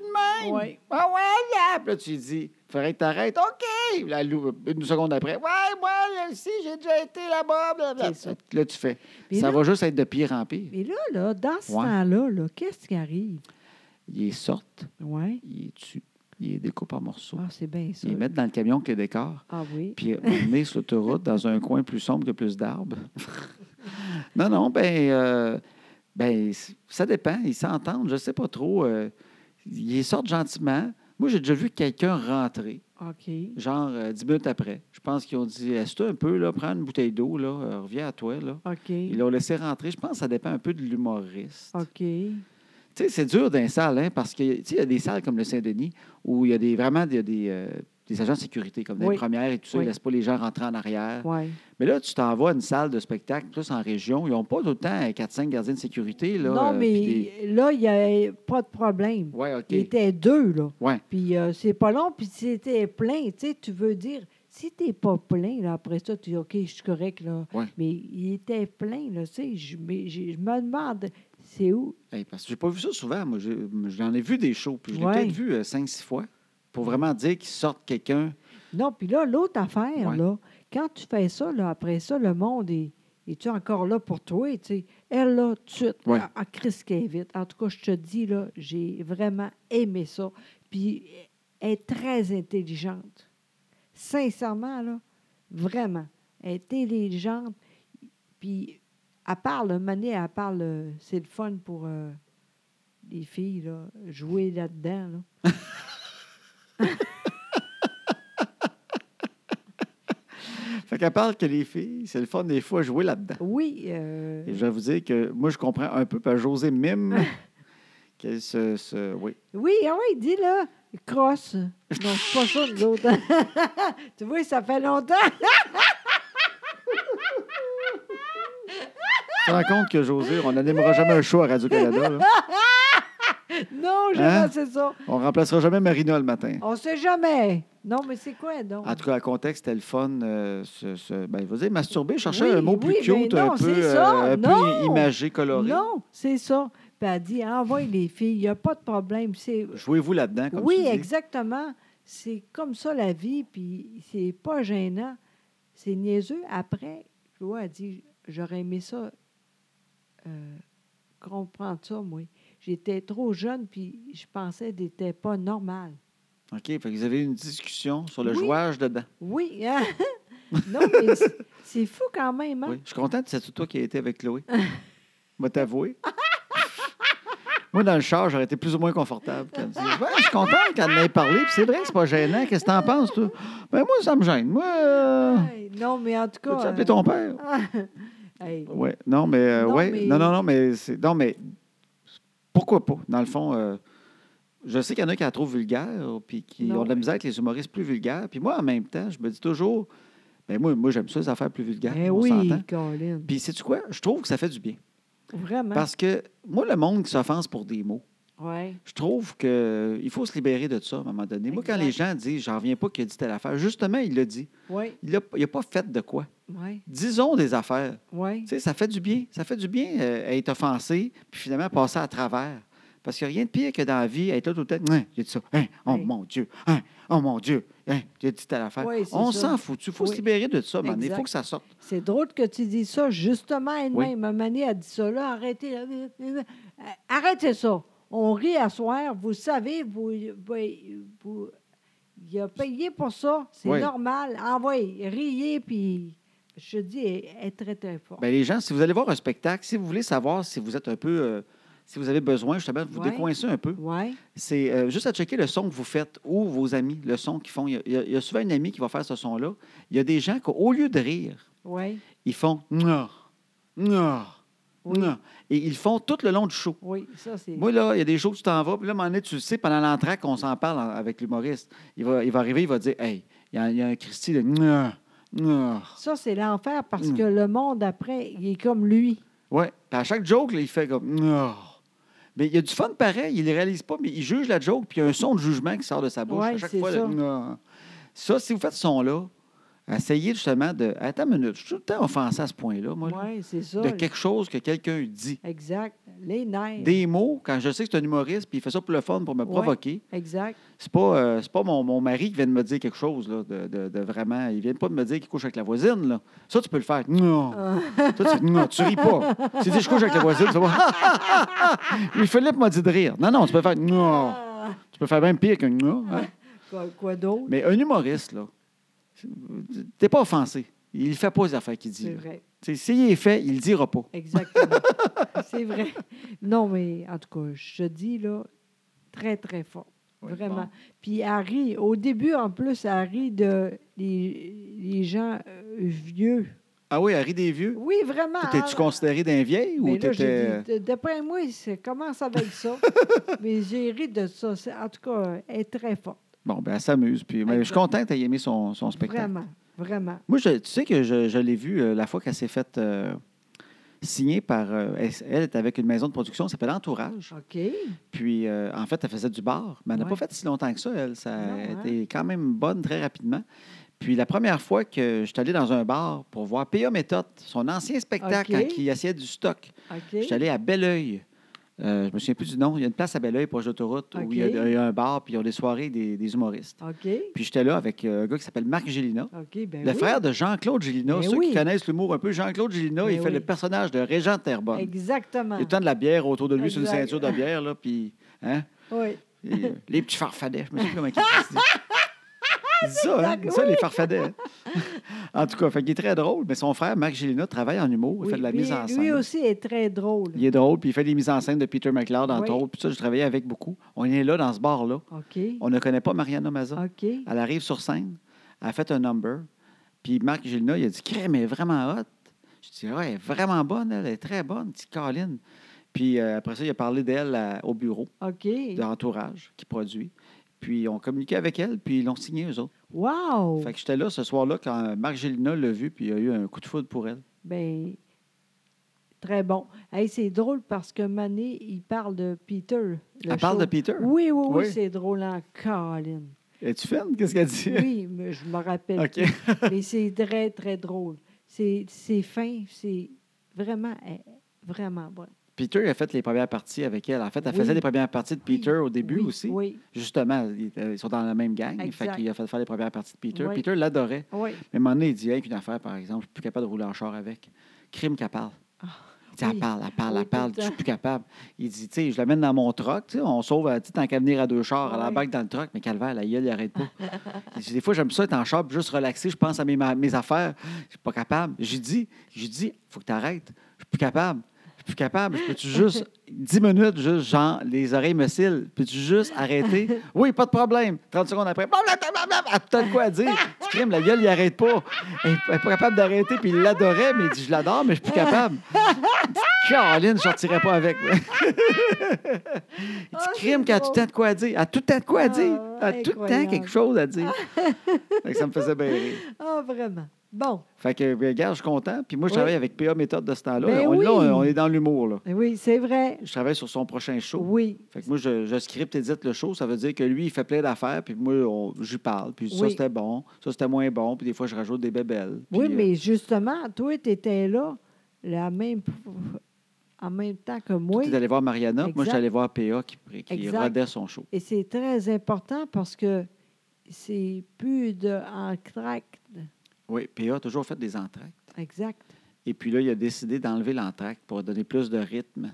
A: même.
B: Oui.
A: Ah ouais, là. Puis là, tu lui dis Faudrait que t'arrêtes. OK. Puis là, elle ouvre une seconde après Ouais, moi, là aussi, j'ai déjà été là-bas. blablabla.
B: C'est ça.
A: Là, tu fais.
B: Mais
A: ça
B: là-
A: va juste être de pire en pire.
B: Mais là, là, dans ce
A: Ouais.
B: temps-là, là, qu'est-ce qui arrive?
A: Ils les sortent,
B: Oui.
A: ils les tuent, ils les découpent en morceaux.
B: Ah, c'est bien ça.
A: ils les mettent dans le camion qui les décore.
B: Ah oui.
A: Puis euh, m'emmener sur l'autoroute dans un coin plus sombre que plus d'arbres. *laughs* non, non, ben, euh, ben, c- ça dépend. Ils s'entendent, je sais pas trop. euh, ils sortent gentiment. Moi, j'ai déjà vu quelqu'un rentrer,
B: OK.
A: genre euh, 10 minutes après. Je pense qu'ils ont dit Est-ce un peu, là, prends une bouteille d'eau, là, euh, reviens à toi, là.
B: OK.
A: Ils l'ont laissé rentrer. Je pense que ça dépend un peu de l'humoriste.
B: OK.
A: Tu sais, c'est dur dans les salles, hein, parce que tu sais, il y a des salles comme le Saint-Denis où il y a des vraiment il y a des, euh, des agents de sécurité, comme des
B: Oui.
A: premières et tout ça,
B: Oui.
A: ils ne laissent pas les gens rentrer en arrière.
B: Oui.
A: Mais là, tu t'en vas à une salle de spectacle, plus en région, ils n'ont pas tout le temps 4-5 gardiens de sécurité. Là,
B: Non,
A: euh,
B: mais
A: puis des-
B: là, il n'y a pas de problème.
A: Ouais, OK.
B: Il était deux, là.
A: Ouais.
B: Puis euh, c'est pas long, puis c'était plein. Tu sais, tu veux dire, si t'es pas plein, là, après ça, tu dis, OK, je suis correct, là.
A: Ouais.
B: Mais il était plein, là, tu sais. Je mais j'ai- je me demande, c'est où?
A: Hey, parce que j'ai pas vu ça souvent. Moi, j'ai- j'en ai vu des shows, puis je l'ai
B: Ouais.
A: peut-être vu 5-6 fois pour vraiment dire qu'ils sortent quelqu'un.
B: Non, puis là, l'autre affaire,
A: Ouais.
B: là, quand tu fais ça, là, après ça, le monde est. Es-tu encore là pour toi? tu sais? Elle, là, tout de suite,
A: Ouais.
B: à, Chris qui est vite. En tout cas, je te dis, là, j'ai vraiment aimé ça. Puis, elle est très intelligente. Sincèrement, là, vraiment. Elle est intelligente. Puis, elle parle, Mané, elle parle, euh, c'est le fun pour euh, les filles, là, jouer là-dedans, là.
A: Fait qu'elle parle que les filles, c'est le fun des fois jouer là-dedans.
B: Oui, euh,
A: Et je vais vous dire que moi, je comprends un peu, parce que José
B: *laughs*
A: mime qu'elle se. se- oui.
B: Oui, ah oui, dis là. Crosse. Non, c'est pas ça, nous autres. *laughs* tu vois, ça fait longtemps. *laughs*
A: Tu te rends compte que José, on n'animera jamais un show à Radio-Canada. là.
B: Non, je
A: Hein?
B: c'est ça.
A: On remplacera jamais Marina le matin.
B: On sait jamais. Non, mais c'est quoi, donc?
A: En tout cas, à contexte, c'était le fun. euh, ce, ce- ben, vous savez, masturber, chercher
B: Oui,
A: un mot plus
B: oui, mais
A: cute,
B: non,
A: un,
B: c'est
A: peu,
B: ça,
A: euh, un
B: non.
A: peu imagé, coloré.
B: non, c'est ça. Puis elle dit, envoie les filles, il n'y a pas de problème. C'est...
A: Jouez-vous là-dedans, comme tu
B: Oui,
A: dis.
B: exactement. C'est comme ça la vie, puis c'est pas gênant. C'est niaiseux. Après, Chloé a dit, j'aurais aimé ça, euh, comprendre ça, moi. J'étais trop jeune, puis je pensais que n'était pas normal.
A: OK, fait que vous avez une discussion sur le
B: Oui.
A: jouage dedans.
B: Oui, hein? *laughs* non, mais c'est- c'est fou quand même, hein?
A: Oui. Je suis contente que c'est toi qui as été avec
B: *laughs*
A: Chloé. Moi, t'avouer. *laughs* Moi, dans le char, j'aurais été plus ou moins confortable. qu'elle me dise, Ouais, je suis contente qu'elle en ait parlé. Puis c'est vrai, c'est pas gênant. Qu'est-ce que t'en penses, toi? Ben, moi, ça me gêne. Moi, euh,
B: Hey, Non, mais en tout cas.
A: peux-tu
B: euh,
A: appeler ton père?
B: hey,
A: Oui, non, mais, euh,
B: Non,
A: ouais,
B: mais-
A: non, non, non, mais c'est, non, mais pourquoi pas? Dans le fond, euh, je sais qu'il y en a qui la trouvent vulgaire, puis qui
B: Non,
A: ont de la misère avec les humoristes plus vulgaires. Puis moi, en même temps, je me dis toujours, ben moi, moi j'aime ça, les affaires plus vulgaires.
B: ben
A: on
B: oui,
A: s'entend.
B: Colin.
A: Puis sais-tu quoi? Je trouve que ça fait du bien.
B: Vraiment.
A: Parce que moi, le monde qui s'offense pour des mots,
B: Ouais.
A: je trouve qu'il faut se libérer de ça à un moment donné. Moi, quand
B: Exact.
A: les gens disent, j'en reviens pas qu'il a dit telle affaire, justement, il l'a dit.
B: Oui,
A: Il n'a pas fait de quoi.
B: oui,
A: Disons des affaires.
B: oui.
A: Tu sais, ça fait du bien. Ça fait du bien euh, être offensé, puis finalement passer à travers. Parce qu'il n'y a rien de pire que dans la vie, être là tout le temps. Hein, j'ai dit ça. Hein, oh
B: Oui.
A: mon Dieu. Hein, oh mon Dieu. Hein, j'ai dit telle affaire.
B: Oui, c'est
A: On
B: ça.
A: s'en fout. Il faut
B: Oui.
A: se libérer de ça, man. Il
B: Exact.
A: faut que ça sorte.
B: C'est drôle que tu dis ça, justement,
A: Oui.
B: elle-même. Mané a dit ça, là, arrêtez. là, euh, euh, euh, Arrêtez ça. On rit à soir, vous savez, vous, vous- vous- il a payé pour ça, c'est
A: Oui.
B: normal. Envoyez, riez, puis je te dis, elle est très, très forte.
A: Ben, les gens, si vous allez voir un spectacle, si vous voulez savoir si vous êtes un peu. euh, si vous avez besoin, justement, de vous
B: Ouais.
A: décoincer un peu,
B: oui,
A: c'est euh, juste à checker le son que vous faites ou vos amis, le son qu'ils font. Il y a- il y, a, il y a souvent un ami qui va faire ce son-là. Il y a des gens qui, au lieu de rire,
B: oui,
A: ils font non, non,
B: Oui.
A: non. Et ils le font tout le long du show.
B: oui, ça, c'est.
A: Moi, là, il y a des shows que tu t'en vas, puis là, à un moment donné, tu le sais, pendant l'entraque, on s'en parle en- avec l'humoriste. Il va, il va arriver, il va dire Hey, il y, a- il y a un Christy de non, non.
B: Ça, c'est l'enfer parce
A: Mm.
B: que le monde après, il est comme lui.
A: Ouais. Puis à chaque joke, là, il fait comme non. Mais il y a du fun pareil, il ne réalise pas, mais il juge la joke, puis il y a un son de jugement qui sort de sa bouche
B: Ouais,
A: à chaque
B: c'est
A: fois. là,
B: ça.
A: Non. Ça, si vous faites ce son-là, Essayer justement de. Attends une minute, je suis tout le temps offensé à ce point-là, moi. là,
B: Oui, c'est ça.
A: de quelque chose que quelqu'un dit.
B: Exact. Les nerfs.
A: Des mots, quand je sais que c'est un humoriste, puis il fait ça pour le fun, pour me
B: Ouais.
A: provoquer.
B: Exact.
A: C'est pas, euh, c'est pas mon, mon mari qui vient de me dire quelque chose, là, de, de- de vraiment. Il vient pas de me dire qu'il couche avec la voisine, là. Ça, tu peux le faire. Non.
B: Ah.
A: Ça, tu, non, tu ris pas. Tu dis, je couche avec la voisine, ça va. *laughs* il Philippe m'a dit de rire. Non, non, tu peux faire. Non.
B: Ah!
A: Tu peux faire même pire que non. hein.
B: Quoi, quoi d'autre?
A: Mais un humoriste, là, t'es pas offensé. Il fait pas les affaires qu'il dit.
B: C'est
A: là.
B: vrai.
A: Tu sais, S'il est fait, il le dira pas.
B: Exactement. *laughs* c'est vrai. Non, mais en tout cas, je te dis, là, très, très fort.
A: Oui,
B: Vraiment.
A: bon.
B: Puis Harry, au début, en plus, Harry de les, les gens euh, vieux.
A: Ah oui, Harry des vieux.
B: Oui, vraiment.
A: T'es-tu
B: hein?
A: considéré d'un vieil ou
B: Mais là, j'ai
A: t'étais.
B: dit, d- d'après moi, ça commence avec ça.
A: *laughs*
B: mais j'ai ri de ça. C'est- En tout cas, euh, elle est très forte.
A: Bon, ben, elle s'amuse. Puis, mais je suis content que tu aies aimé son, son spectacle.
B: Vraiment, vraiment.
A: Moi, je- tu sais que je, je l'ai vu euh, la fois qu'elle s'est faite euh, signer par. euh, elle, elle est avec une maison de production qui s'appelle Entourage.
B: OK.
A: Puis, euh, en fait, elle faisait du bar. Mais elle n'a
B: Ouais.
A: pas fait si longtemps que ça. Elle, ça
B: Non,
A: a
B: hein?
A: été quand même bonne très rapidement. Puis, la première fois que je suis allé dans un bar pour voir P.A. Méthode, son ancien spectacle,
B: OK.
A: quand il essayait du stock,
B: OK.
A: je suis allé à Belleuil. Euh, je me souviens plus du nom. Il y a une place à Belleuil, proche d'autoroute, où
B: OK.
A: il y, a, il y a un bar, puis ils ont des soirées des, des humoristes.
B: OK.
A: Puis j'étais là avec euh, un gars qui s'appelle Marc Gélina,
B: OK, ben
A: le
B: oui.
A: frère de Jean-Claude Gélina.
B: Ben
A: Ceux
B: oui.
A: qui connaissent l'humour un peu, Jean-Claude Gélina, il
B: Ben
A: fait
B: oui.
A: le personnage de Régent Terrebonne.
B: Exactement.
A: Il y a tout le temps de la bière autour de lui, sur une
B: Exact.
A: ceinture de bière, là, puis... Hein?
B: Oui.
A: Et, euh, les petits farfadets, je me souviens plus comment il
B: *laughs*
A: dit. Il dit ça, hein? Il dit ça, les farfadets. hein? en tout cas, fait qu'il est très drôle, mais son frère, Marc Gélina, travaille en humour, il
B: Oui,
A: fait de la
B: puis
A: mise en scène.
B: Lui aussi est très drôle.
A: Il est drôle, puis il fait des mises en scène de Peter McLeod, entre
B: Oui.
A: autres. Puis ça, je travaillais avec beaucoup. On est là, dans ce bar-là.
B: OK.
A: On ne connaît pas Mariana Mazza.
B: OK.
A: Elle arrive sur scène, elle a fait un number. Puis Marc Gélina, il a dit Crème, elle est vraiment hot. Je dis Ouais, elle est vraiment bonne, elle est très bonne, petite Colin. Puis euh, après ça, il a parlé d'elle à- au bureau,
B: OK.
A: de l'entourage qui produit. Puis on communiquait avec elle, puis ils l'ont signé eux autres.
B: Wow!
A: Fait que j'étais là ce soir-là quand Marc Gélina l'a vu, puis il a eu un coup de foudre pour elle.
B: Ben, très bon. Hey, c'est drôle parce que Mané, il parle de Peter. le
A: elle parle
B: show.
A: de Peter.
B: Oui, oui, oui,
A: Oui.
B: c'est drôle en
A: *laughs*
B: Colin.
A: Es-tu fan? Qu'est-ce qu'elle dit?
B: Oui, mais je me rappelle.
A: *laughs* OK.
B: plus. mais c'est très, très drôle. C'est c'est fin, c'est vraiment, eh, vraiment bon.
A: Peter a fait les premières parties avec elle. En fait, elle
B: Oui.
A: faisait les premières parties de Peter au début
B: Oui,
A: aussi.
B: Oui,
A: Justement, ils étaient- ils sont dans la même gang.
B: Exact.
A: Fait qu'il a fait faire les premières parties de Peter.
B: Oui.
A: Peter l'adorait.
B: oui.
A: Mais à un moment donné, il dit Hey, une affaire, par exemple, je suis plus capable de rouler en char avec. Crime qu'elle parle. Il dit,
B: Ah, oui.
A: elle parle, elle parle,
B: Oui,
A: elle parle,
B: tout le
A: je suis
B: temps.
A: plus capable. Il dit, tu sais, je l'amène dans mon truck, tu sais, on sauve, tu sais, tant qu'à venir à deux chars, elle
B: Oui.
A: embarque dans le truck, mais calvaire, la gueule, il arrête
B: *laughs*
A: pas. Il dit, des fois, j'aime ça être en char, puis juste relaxer, je pense à mes, ma- mes affaires, je suis pas capable. J'ai dit, j'ai dit, faut que tu arrêtes, je suis plus capable, je suis plus capable, Je
B: *laughs*
A: peux-tu juste, dix minutes, juste, genre, les oreilles me cillent, peux-tu juste
B: *laughs*
A: arrêter? Oui, pas de problème. 30 secondes après, blablabla, blablabla, elle a peut-être quoi à dire. Tu crimes, la gueule, il arrête pas. Elle est- elle est pas capable d'arrêter, puis il l'adorait, mais il dit, je l'adore, mais je suis plus
B: *laughs*
A: capable. Caroline, je sortirais pas avec. moi. Il dit,
B: Ah, c'est
A: crime, qu'elle a tout
B: drôle.
A: le temps de quoi à dire. Elle a tout le temps de quoi à dire.
B: Ah,
A: Elle a tout le temps
B: incroyable.
A: quelque chose à
B: *laughs*
A: dire. Fait que ça me faisait bien rire.
B: Ah, vraiment. Bon,
A: Fait que, ben, regarde, je suis content. Puis moi, je
B: Oui.
A: travaille avec PA Méthode de ce temps-là.
B: Ben
A: on, là,
B: oui.
A: on est dans l'humour, là.
B: Eh oui, c'est vrai.
A: Je travaille sur son prochain show.
B: Oui,
A: Fait que moi, je, je scripte et dite le show. Ça veut dire que lui, il fait plein d'affaires, puis moi, on- je lui parle. Puis ça,
B: Oui.
A: c'était bon. Ça, c'était moins bon. Puis des fois, je rajoute des bébelles. Puis,
B: oui,
A: euh,
B: mais justement, toi, tu étais là la même, en même temps que moi.
A: Tu es allé voir Mariana. puis Moi, je
B: Exact.
A: suis allé voir PA qui, qui
B: Exact.
A: rodait son show.
B: Et c'est très important parce que c'est plus de en tract.
A: Oui, PA a toujours fait des entractes.
B: Exact.
A: Et puis là, il a décidé d'enlever l'entracte pour donner plus de rythme.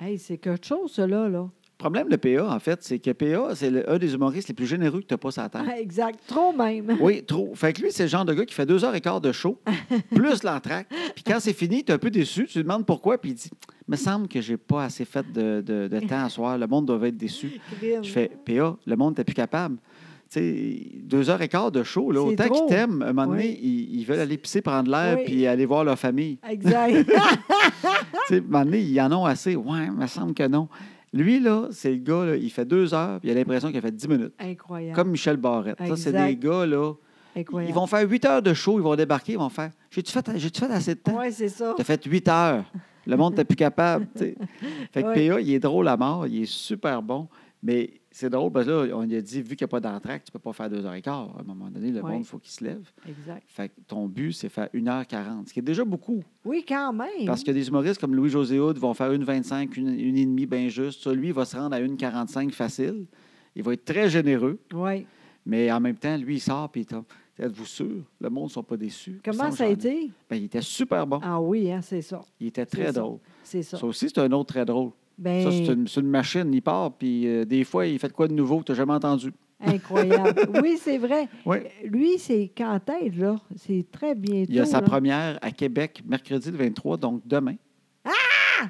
B: Hey, c'est quelque chose, cela, là.
A: Le problème de PA, en fait, c'est que PA, c'est le- un des humoristes les plus généreux que tu pas sa tête.
B: Ah, *laughs* exact. Trop
A: *laughs*
B: même.
A: Oui, trop. Fait que lui, c'est le genre de gars qui fait deux heures et quart de
B: *laughs*
A: show, plus l'entracte. Puis quand c'est fini, tu es un peu déçu, tu te demandes pourquoi, puis il dit Me semble que j'ai pas assez fait de, de- de temps à soir, le monde doit être déçu. Je fais PA, le monde n'est plus capable. Tu sais, deux heures et quart de show, là,
B: C'est
A: autant qu'ils
B: trop.
A: t'aiment, à un moment donné,
B: Oui.
A: ils, ils veulent aller pisser, prendre l'air,
B: Oui.
A: puis aller voir leur famille. *laughs*
B: Exact. *laughs*
A: Tu sais, à un moment donné, ils en ont assez. Ouais, me semble que non. Lui, là, c'est le gars, là, il fait deux heures, puis il a l'impression qu'il a fait dix minutes.
B: Incroyable.
A: Comme Michel Barrette. Ça, c'est
B: Exact.
A: des gars, là.
B: Incroyable.
A: Ils vont faire huit heures de show, ils vont débarquer, ils vont faire J'ai-tu fait, j'ai-tu fait assez de temps
B: Oui, c'est ça.
A: T'as fait huit
B: *laughs*
A: heures. Le monde t'es plus capable. tu sais. Fait que
B: Ouais.
A: PA, il est drôle à mort, il est super bon. Mais c'est drôle, parce que là, on lui a dit, vu qu'il n'y a pas d'entracte, tu ne peux pas faire deux heures et quart. À un moment donné, le
B: Ouais.
A: monde, il faut qu'il se lève.
B: Exact.
A: Fait que ton but, c'est faire 1h40, ce qui est déjà beaucoup.
B: Oui, quand même.
A: Parce que des humoristes comme Louis-José Hood vont faire une 25, une, une et demie, bien juste. Ça, lui, il va se rendre à une 45 facile. Il va être très généreux,
B: Oui.
A: mais en même temps, lui, il sort puis il tombe. Êtes-vous sûr? Le monde ne sont pas déçus.
B: Comment
A: Ils sont
B: ça a
A: gênés.
B: été?
A: Ben, il était super bon.
B: Ah oui, hein, c'est ça.
A: Il était
B: c'est
A: très
B: ça.
A: drôle.
B: C'est ça.
A: Ça. aussi, c'est un autre très drôle.
B: Ben,
A: Ça, c'est une, c'est une machine. Il part, puis euh, des fois, il fait de quoi de nouveau que tu n'as jamais entendu.
B: incroyable. oui, c'est vrai.
A: Oui.
B: Lui, c'est quand elle, là. C'est très bientôt.
A: Il y a sa
B: là.
A: première à Québec, mercredi le 23, donc demain. Ah!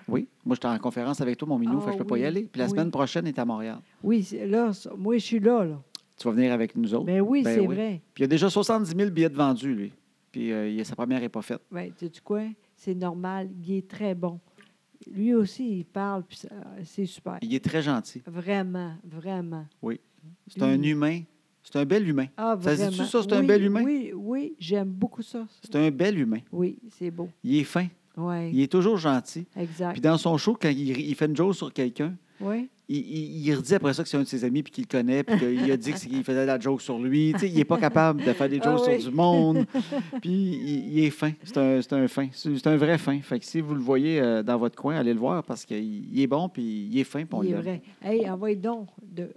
A: Oui. Moi, j'étais en conférence avec toi, mon minou,
B: Ah
A: fait que je peux pas y
B: oui,
A: aller. Puis la
B: oui.
A: semaine prochaine, il est à Montréal.
B: Oui, c'est- là, ça- moi, je suis là, là.
A: Tu vas venir avec nous autres.
B: Ben oui,
A: Ben
B: c'est
A: oui.
B: vrai.
A: Puis il y a déjà 70 000 billets de vendus, lui. Puis euh, il- sa première n'est pas faite.
B: Ben, tu sais quoi? C'est normal. Il est très bon. Lui aussi, il parle, puis ça- c'est super.
A: Il est très gentil.
B: Vraiment, vraiment.
A: C'est un
B: Lui.
A: humain. C'est un bel humain.
B: Ah,
A: Ça se
B: vraiment.
A: dit-tu, ça, c'est un
B: Oui,
A: bel humain?
B: Oui, oui, j'aime beaucoup ça.
A: C'est un bel humain.
B: Oui, c'est beau.
A: Il est fin.
B: Oui,
A: Il est toujours gentil.
B: exact.
A: Puis dans son show, quand il, rit- il fait une joke sur quelqu'un,
B: Oui,
A: il, il- il redit après ça que c'est un de ses amis puis qu'il le connaît puis qu'il a dit que c'est- qu'il faisait la joke sur lui. Tu sais, il n'est pas capable de faire des
B: Ah
A: jokes
B: oui.
A: sur du monde. Puis il, il est fin. C'est un, c'est un fin. C'est c'est un vrai fin. Fait que si vous le voyez euh, dans votre coin, allez le voir parce qu'il il est bon puis il est fin. Puis on
B: il est
A: l'aime.
B: vrai. Hey, envoyez donc. De...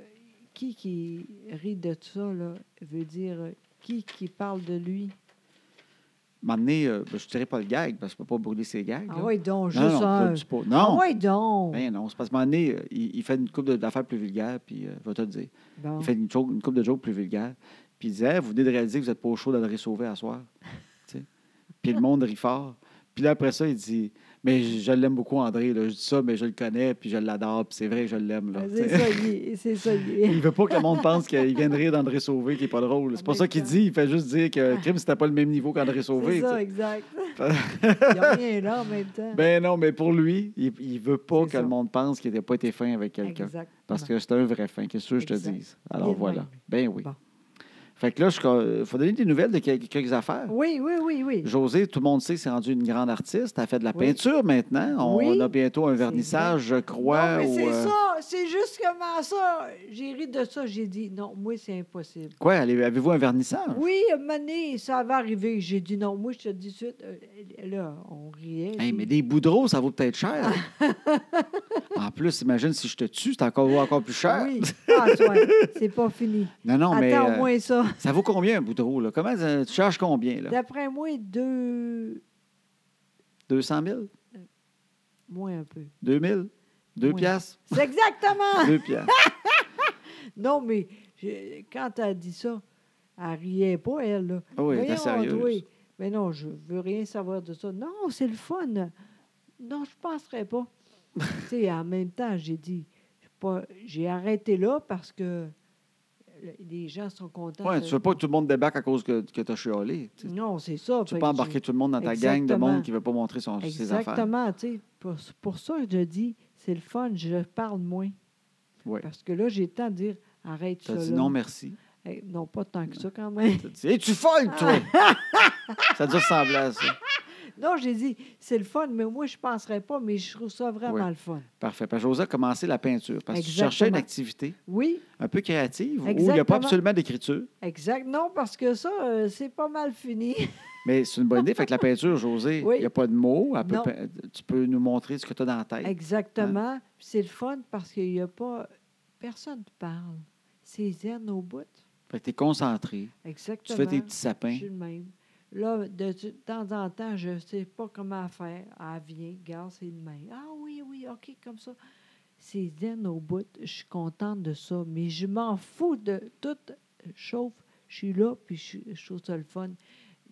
B: Qui qui rit de ça, là, veut dire euh, qui qui parle de lui?
A: m'amener, euh, ben, je ne dirais pas le gag, parce que je ne peux pas brûler ses gags. là.
B: Envoyez donc, Ah juste
A: non, non,
B: un.
A: je le dis pas.
B: Ah
A: Non,
B: ouais, donc.
A: Ben non, c'est parce que m'amener, euh, il, il fait une coupe d'affaires plus vulgaire, puis euh, je vais te le dire.
B: Bon.
A: Il fait une, joke- une coupe de jokes plus vulgaire, puis il disait Hey, Vous venez de réaliser que vous n'êtes pas au chaud d'aller sauver à soir. *laughs* Tu sais. puis le monde rit fort. Puis là, après ça, il dit Mais je, je l'aime beaucoup, André. là. Je dis ça, mais je le connais, puis je l'adore, puis c'est vrai que je l'aime. là.
B: Ah,
A: Tu
B: C'est
A: sais.
B: ça, il est- c'est ça,
A: *laughs*
B: il
A: Il
B: est.
A: veut pas que le monde pense qu'il vient de rire d'André Sauvé, qui est pas drôle. C'est pas ça qu'il dit. Il fait juste dire que Crime, c'était pas le même niveau qu'André Sauvé.
B: Ah. C'est
A: tu sais.
B: ça,
A: *laughs*
B: exact. il n'y a rien là en même temps.
A: Ben non, mais pour lui, il, il veut pas
B: C'est
A: que
B: ça.
A: le monde pense qu'il n'a pas été fin avec quelqu'un.
B: Exact.
A: Parce que c'est un vrai fin, qu'est-ce que je te
B: Exact.
A: dise?
B: Il est
A: Alors
B: de
A: voilà.
B: même.
A: Ben oui.
B: Bon.
A: Fait que là, il faut donner des nouvelles de quel- quelques affaires.
B: Oui, oui, oui, oui.
A: José, tout le monde sait que c'est rendu une grande artiste. Elle fait de la
B: Oui.
A: peinture maintenant. On
B: Oui.
A: a bientôt un
B: C'est
A: vernissage, je
B: non,
A: crois.
B: mais
A: ou,
B: c'est
A: euh,
B: ça, c'est juste comment ça. J'ai ri de ça, j'ai dit non, moi, c'est impossible.
A: Quoi? allez- Avez-vous un vernissage?
B: Oui, Mané, ça va arriver. J'ai dit non, moi, je te dis tout de suite. euh, Là, on riait.
A: Hey,
B: puis-
A: mais des boudreaux, ça vaut peut-être cher.
B: Ah.
A: *laughs* en plus, imagine si je te tue, c'est encore, encore plus cher.
B: Oui, François, Ah, c'est pas fini.
A: Non, non, mais
B: Attends
A: euh,
B: au moins ça.
A: ça vaut combien un boudreau? Là? Comment, ça- tu charges combien? Là?
B: D'après moi, deux.
A: 200 000?
B: Moins un peu.
A: 2 000? 2
B: Oui.
A: piastres?
B: C'est exactement.
A: 2 piastres.
B: non, mais je- quand elle a dit ça, elle riait pas, elle, là.
A: Ah oui, elle était
B: *laughs* Voyons,
A: sérieuse.
B: oui. Mais non, je veux rien savoir de ça. Non, c'est le fun. Non, je ne penserais pas.
A: *laughs*
B: tu sais, en même temps, j'ai dit, je suis pas- j'ai arrêté là parce que le- les gens sont contents.
A: Ouais,
B: de-
A: tu veux pas que tout le monde débarque à cause que, que tu as chiolé. Tu
B: Non, c'est ça.
A: tu
B: fait
A: veux pas
B: que
A: embarquer tout le monde dans ta gang de
B: Exactement.
A: monde qui veut pas montrer son,
B: j'ai-
A: ses affaires.
B: Exactement, tu sais. Pour, pour ça, je dis, c'est le fun, je parle moins.
A: Ouais.
B: Parce que là, j'ai le temps de dire, arrête
A: Tu
B: ça.
A: dit
B: là.
A: non, merci.
B: Eh, non, pas tant que ça quand même. *laughs*
A: Tu dit, es-tu folle, toi?
B: Ah.
A: *laughs* ça doit ressembler à ça.
B: Non, j'ai dit, c'est le fun, mais moi, je ne penserais pas, mais je trouve ça vraiment
A: Ouais.
B: le fun.
A: Parfait. Parce que José a commencé la peinture parce que tu cherchais une
B: Exactement.
A: activité
B: Oui,
A: un peu créative où il n'y a pas
B: Exactement.
A: absolument d'écriture.
B: exact. Non, parce que ça, euh, c'est pas
A: *laughs*
B: mal fini.
A: Hein? Mais c'est une bonne idée. Fait que la peinture, José, il
B: Oui.
A: n'y a pas de mots. elle peut
B: Non.
A: pein- tu peux nous montrer ce que tu as dans la tête.
B: Exactement. Puis C'est le fun parce qu'il n'y a pas. Personne ne parle. C'est zen au bout.
A: Fait que tu es concentré. Tu
B: Exactement.
A: fais tes petits
B: Je
A: sapins.
B: suis le même. Là, de, de temps en temps, je ne sais pas comment faire. Elle vient, regarde, c'est le même. Ah oui, oui, OK, comme ça. C'est zen au bout. Je suis contente de ça, mais je m'en fous de tout. Sauf, je suis là, puis je, je trouve ça le fun.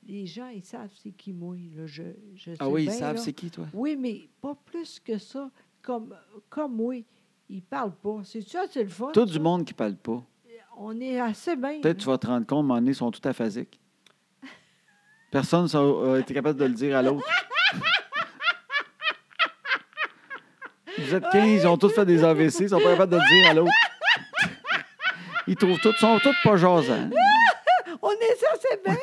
B: Les gens, ils savent c'est qui moi. là. Je, je sais
A: Ah oui, ils
B: bien,
A: savent
B: là.
A: c'est qui, toi?
B: Oui, mais pas plus que ça. Comme, comme oui, ils parlent pas. C'est ça, c'est le fun.
A: Tout du
B: ça.
A: monde qui ne parle pas.
B: On est assez bien.
A: Peut-être tu vas te rendre compte, à un moment donné, ils sont tout aphasiques. Personne n'a euh, été capable de le dire à l'autre. Vous êtes 15, ils ont tous fait des AVC, ils sont pas capables de le dire à l'autre. Ils trouvent tous, sont tous pas jasants.
B: On est
A: *laughs*
B: ça, c'est bien.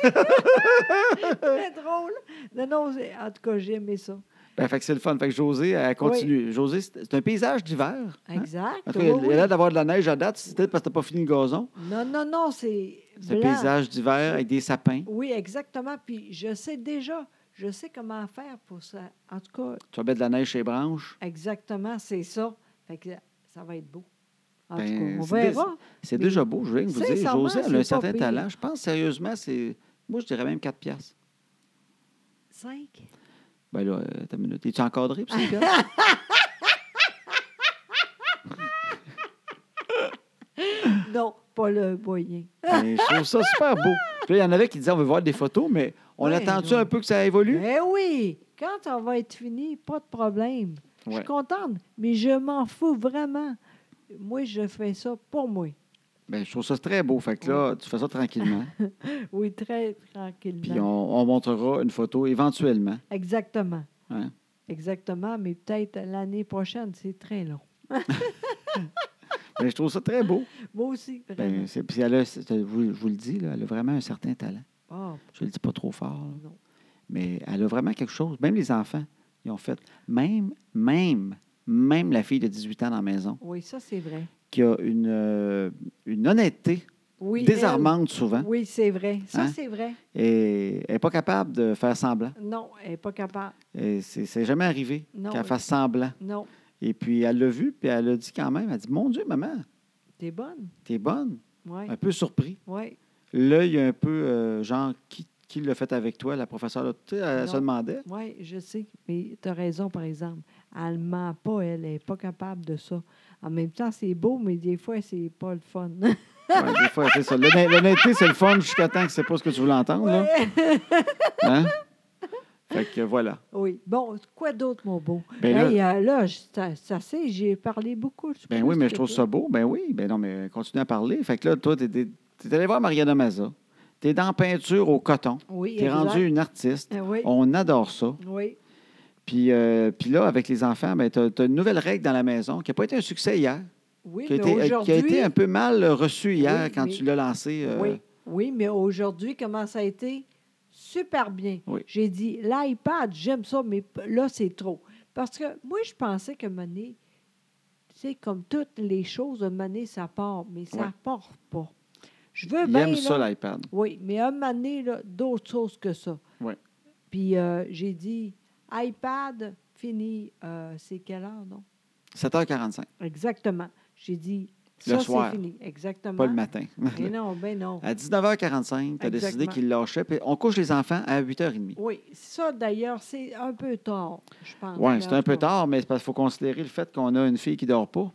B: c'est drôle. Non, non, c'est- en tout cas, j'ai aimé ça.
A: Ben, fait que c'est le fun. Fait que José, euh, elle continue. José, c'est c'est un paysage d'hiver. hein?
B: Exact.
A: En tout cas,
B: oui,
A: il y a
B: oui.
A: l'air d'avoir de la neige à date. C'est peut-être parce que tu pas fini le gazon.
B: Non, non, non, c'est
A: C'est un
B: blanc.
A: paysage d'hiver avec des sapins.
B: Oui, exactement. Puis je sais déjà, je sais comment faire pour ça. En tout cas,
A: Tu vas mettre de la neige chez les branches.
B: exactement, c'est ça. Fait que ça va être beau. En
A: Ben,
B: tout cas, on
A: c'est des-
B: verra.
A: C'est
B: Mais-
A: déjà beau, je viens de vous dire.
B: Sincèrement,
A: José, elle
B: c'est
A: a un
B: pas
A: certain
B: pire.
A: talent. Je pense sérieusement, c'est. Moi, je dirais même 4 piastres. *laughs*
B: Cinq.
A: Ben là, euh, t'as une minute. Es-tu encadré
B: *laughs*
A: pour 5 piastres?
B: Non, pas le moyen.
A: Ben, je trouve ça super beau. Puis là, il y en avait qui disaient on veut voir des photos, mais on
B: Ouais,
A: attend-tu
B: non.
A: un peu que ça évolue?
B: Mais Eh oui, quand ça va être fini, pas de problème. Je
A: Ouais.
B: suis contente, mais je m'en fous vraiment. Moi, je fais ça pour moi.
A: Ben, je trouve ça très beau. Fait que là, tu fais ça
B: *laughs*
A: tranquillement.
B: Oui, très
A: Puis
B: tranquillement.
A: on, on montrera une photo éventuellement.
B: Exactement.
A: Hein?
B: Exactement, mais peut-être l'année prochaine, c'est très long.
A: Ben, je trouve ça très beau.
B: Moi aussi, vraiment.
A: Ben, c'est- puis elle a- c'est- je, vous, je vous le dis, là, elle a vraiment un certain talent.
B: Ah,
A: Je le dis pas trop fort, là.
B: non.
A: mais elle a vraiment quelque chose. Même les enfants, ils ont fait. Même, même, même la fille de 18 ans dans la maison,
B: Oui, ça, c'est vrai.
A: qui a une, euh, une honnêteté
B: Oui,
A: désarmante
B: elle-
A: souvent,
B: Oui, c'est vrai. Ça,
A: Hein?
B: c'est vrai.
A: et elle n'est pas capable de faire semblant.
B: Non, elle n'est pas capable.
A: Et c'est c'est jamais arrivé
B: Non.
A: qu'elle fasse semblant.
B: Non,
A: Et puis elle l'a vu, puis elle a dit quand même, elle a dit, mon Dieu, maman,
B: t'es bonne.
A: t'es bonne.
B: Oui,
A: Un peu surpris.
B: oui.
A: L'œil un peu, euh, genre, qui, qui l'a fait avec toi, la professeure? là? Tu sais, elle se
B: Non.
A: demandait.
B: Oui, je sais. Mais tu as raison, par exemple. Elle ne ment pas, elle n'est pas capable de ça. En même temps, c'est beau, mais des fois, c'est pas le fun. *laughs*
A: Ouais, des fois, c'est ça. L'honnê- L'honnêteté, c'est le fun jusqu'à temps que c'est pas ce que tu voulais entendre. là. Hein? Fait que voilà.
B: oui. Bon, quoi d'autre, mon beau?
A: Ben là-
B: Hey, euh, là, je- ça, ça c'est, j'ai parlé beaucoup. je
A: Ben
B: pense
A: oui, mais
B: que
A: je trouve
B: toi.
A: ça beau. Ben oui, ben non, mais continue à parler. Fait que là, toi, t'es es, allé voir Mariana Maza. T'es dans peinture au coton.
B: Oui,
A: T'es
B: exact.
A: rendu une artiste.
B: Ah oui.
A: On adore ça.
B: Oui,
A: Puis, euh, puis là, avec les enfants, ben, tu as, une nouvelle règle dans la maison qui n'a pas été un succès hier,
B: oui,
A: qui a,
B: mais
A: été, euh, qui a
B: aujourd'hui...
A: été un peu mal reçue hier
B: Oui,
A: quand
B: mais-
A: tu l'as lancé. euh,
B: Oui, oui, mais aujourd'hui, comment ça a été? Super bien.
A: Oui.
B: J'ai dit, l'iPad, j'aime ça, mais p- là, c'est trop. Parce que moi, je pensais que Mané, tu sais, comme toutes les choses, Mané, ça part, mais ça
A: Ouais.
B: part pas. Je veux
A: Il
B: bien.
A: aime
B: Ben là,
A: ça, l'iPad.
B: Oui, mais à un moment donné, là, d'autres choses que ça.
A: Ouais.
B: Puis euh, j'ai dit, iPad, fini. Euh, c'est quelle heure, non?
A: 7h45,
B: Exactement. J'ai dit,
A: Le
B: ça,
A: soir.
B: c'est fini. Exactement.
A: pas le matin.
B: Mais non, ben non.
A: *laughs* À 19h45, tu as décidé
B: Exactement.
A: qu'il lâchait. Puis on couche les enfants à 8h30.
B: Oui, ça d'ailleurs, c'est un peu tard, je pense.
A: Oui, c'est
B: Mais en
A: un peu
B: tout cas,
A: tard, mais c'est parce qu'il faut considérer le fait qu'on a une fille qui dort pas.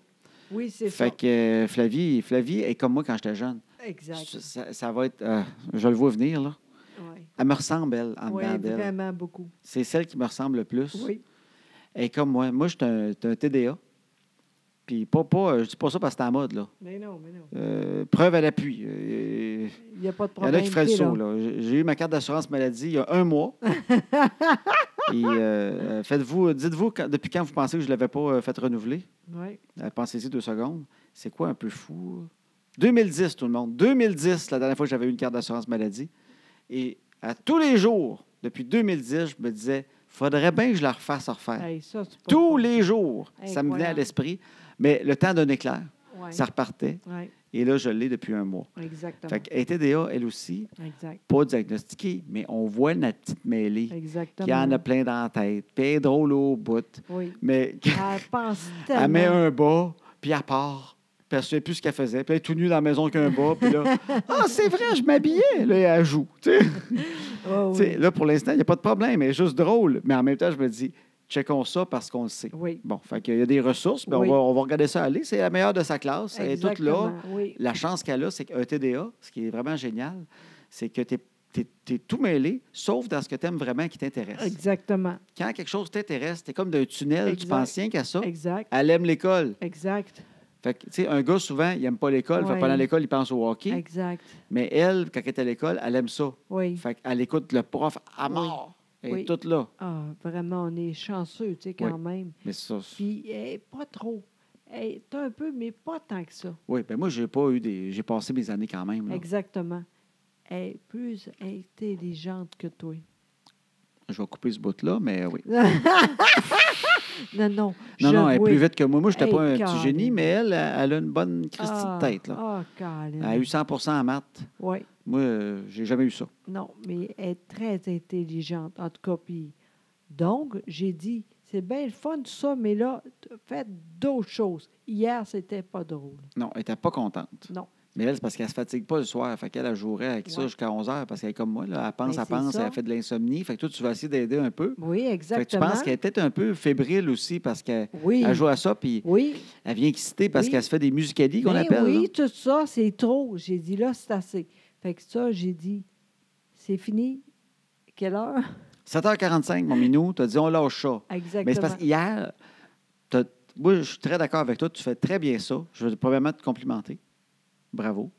B: Oui, c'est ça.
A: Fait que euh, Flavie, Flavie est comme moi quand j'étais jeune.
B: Exact.
A: Ça, ça- ça va être. euh, je le vois venir, là.
B: Oui,
A: Elle me ressemble, elle, en
B: Ouais,
A: dedans d'elle.
B: vraiment beaucoup.
A: C'est celle qui me ressemble le plus.
B: Oui,
A: Elle est comme moi. Moi, je suis un, t'es un TDA. Puis pas, pas, euh, je dis pas ça parce que c'est à la mode, là.
B: mais non, mais non.
A: Euh, preuve à l'appui. Euh,
B: Il n'y a pas de
A: Il y en
B: problème.
A: a qui feraient le
B: t'es
A: saut.
B: là.
A: là. J'ai j'ai eu ma carte d'assurance maladie il y a un
B: *laughs*
A: mois. Et euh, faites-vous, dites-vous quand- depuis quand vous pensez que je ne l'avais pas euh, fait renouveler.
B: Oui,
A: Euh, Pensez-y deux secondes. C'est quoi un peu fou? 2010, tout le monde. 2010, la dernière fois que j'avais eu une carte d'assurance maladie. Et à tous les jours, depuis 2010, je me disais, faudrait bien que je la refasse refaire.
B: Hey, ça, c'est pas
A: Tous
B: le
A: les jours, ça me venait à
B: Incroyable.
A: l'esprit. Mais le temps d'un éclair,
B: fun. Ouais,
A: ça repartait.
B: ouais,
A: Et là, je l'ai depuis un mois.
B: exactement.
A: Fait que TDA, elle aussi,
B: Exact.
A: pas diagnostiqué, mais on voit notre petite mêlée
B: Exactement.
A: qui en a plein dans la tête, puis elle est drôle au bout, *laughs*
B: Oui.
A: mais
B: Elle pense tellement.
A: elle met un bas, puis elle part, puis elle ne sait plus ce qu'elle faisait, puis elle est tout nue dans la maison qu'un bas, puis
B: *laughs*
A: là, « Ah, c'est vrai, je m'habillais! » Là, elle joue. tu sais.
B: Oh,
A: Tu
B: oui.
A: sais, Là, pour l'instant, il n'y a pas de problème, elle est juste drôle, mais en même temps, je me dis, checkons ça parce qu'on le sait.
B: oui.
A: Bon, fait qu'il y a des ressources, mais
B: Oui.
A: on, va, on va regarder ça aller. C'est la meilleure de sa classe, elle est toute là,
B: Exactement, Oui.
A: la chance qu'elle a, c'est qu'un TDA, ce qui est vraiment génial, c'est que tu es, tout mêlé, sauf dans ce que tu aimes vraiment qui t'intéresse.
B: Exactement.
A: Quand quelque chose t'intéresse, tu es comme d'un tunnel, tu
B: Exact.
A: penses rien qu'à ça.
B: Exact.
A: Elle aime l'école.
B: Exact.
A: Fait que, tu sais, un gars, souvent, il n'aime pas l'école. Fait que
B: Ouais.
A: pendant l'école, il pense au hockey.
B: Exact.
A: Mais elle, quand elle est à l'école, elle aime ça.
B: Oui.
A: Fait qu'elle écoute le prof à
B: Oui.
A: mort. Elle
B: Oui.
A: est toute là.
B: Ah, vraiment, on est chanceux, tu sais, quand
A: Oui.
B: même.
A: Mais ça,
B: Puis, eh, pas trop. Eh, T'as un peu, mais pas tant que ça.
A: oui, ben moi, j'ai pas eu des. J'ai passé mes années quand même. là.
B: *laughs* Exactement. Elle est plus intelligente que toi.
A: Je vais couper ce bout-là, mais oui.
B: non, non.
A: Non,
B: je-
A: non, elle est
B: oui.
A: plus vite que moi. Moi, je n'étais
B: Hey,
A: pas un petit
B: Caroline.
A: génie, mais elle, elle a une bonne christie
B: Ah,
A: de tête. Là.
B: Ah, Colin.
A: Elle a eu 100 en maths.
B: Oui,
A: Moi, euh, j'ai jamais eu ça.
B: non, mais elle est très intelligente, en tout cas. Puis, donc, j'ai dit, c'est bien le fun, tout ça, mais là, t- faites d'autres choses. Hier, c'était pas drôle.
A: Non, elle n'était pas contente.
B: Non.
A: Mais elle, c'est parce qu'elle ne se fatigue pas le soir. Fait qu'elle, elle jouerait avec ça
B: Ouais.
A: jusqu'à 11 heures parce qu'elle est comme moi. Là. Elle pense,
B: Ben,
A: elle
B: c'est
A: pense,
B: ça.
A: elle fait de l'insomnie. Fait que toi, tu vas essayer d'aider un peu.
B: Oui,
A: Fait que tu
B: exactement.
A: penses qu'elle est peut-être un peu fébrile aussi parce qu'elle
B: Oui.
A: elle joue à ça, puis
B: Oui,
A: elle vient exciter parce
B: Oui.
A: qu'elle se fait des musicalies qu'on
B: Ben
A: appelle.
B: oui,
A: là.
B: tout ça, c'est trop. J'ai dit, là, c'est assez. Fait que ça, j'ai dit, c'est fini. Quelle heure? *laughs*
A: 7h45, mon minou, tu as dit on lâche ça.
B: Exactement.
A: Mais c'est parce qu'hier, t'as- moi, je suis très d'accord avec toi. Tu fais très bien ça. Je veux premièrement te complimenter. Bravo.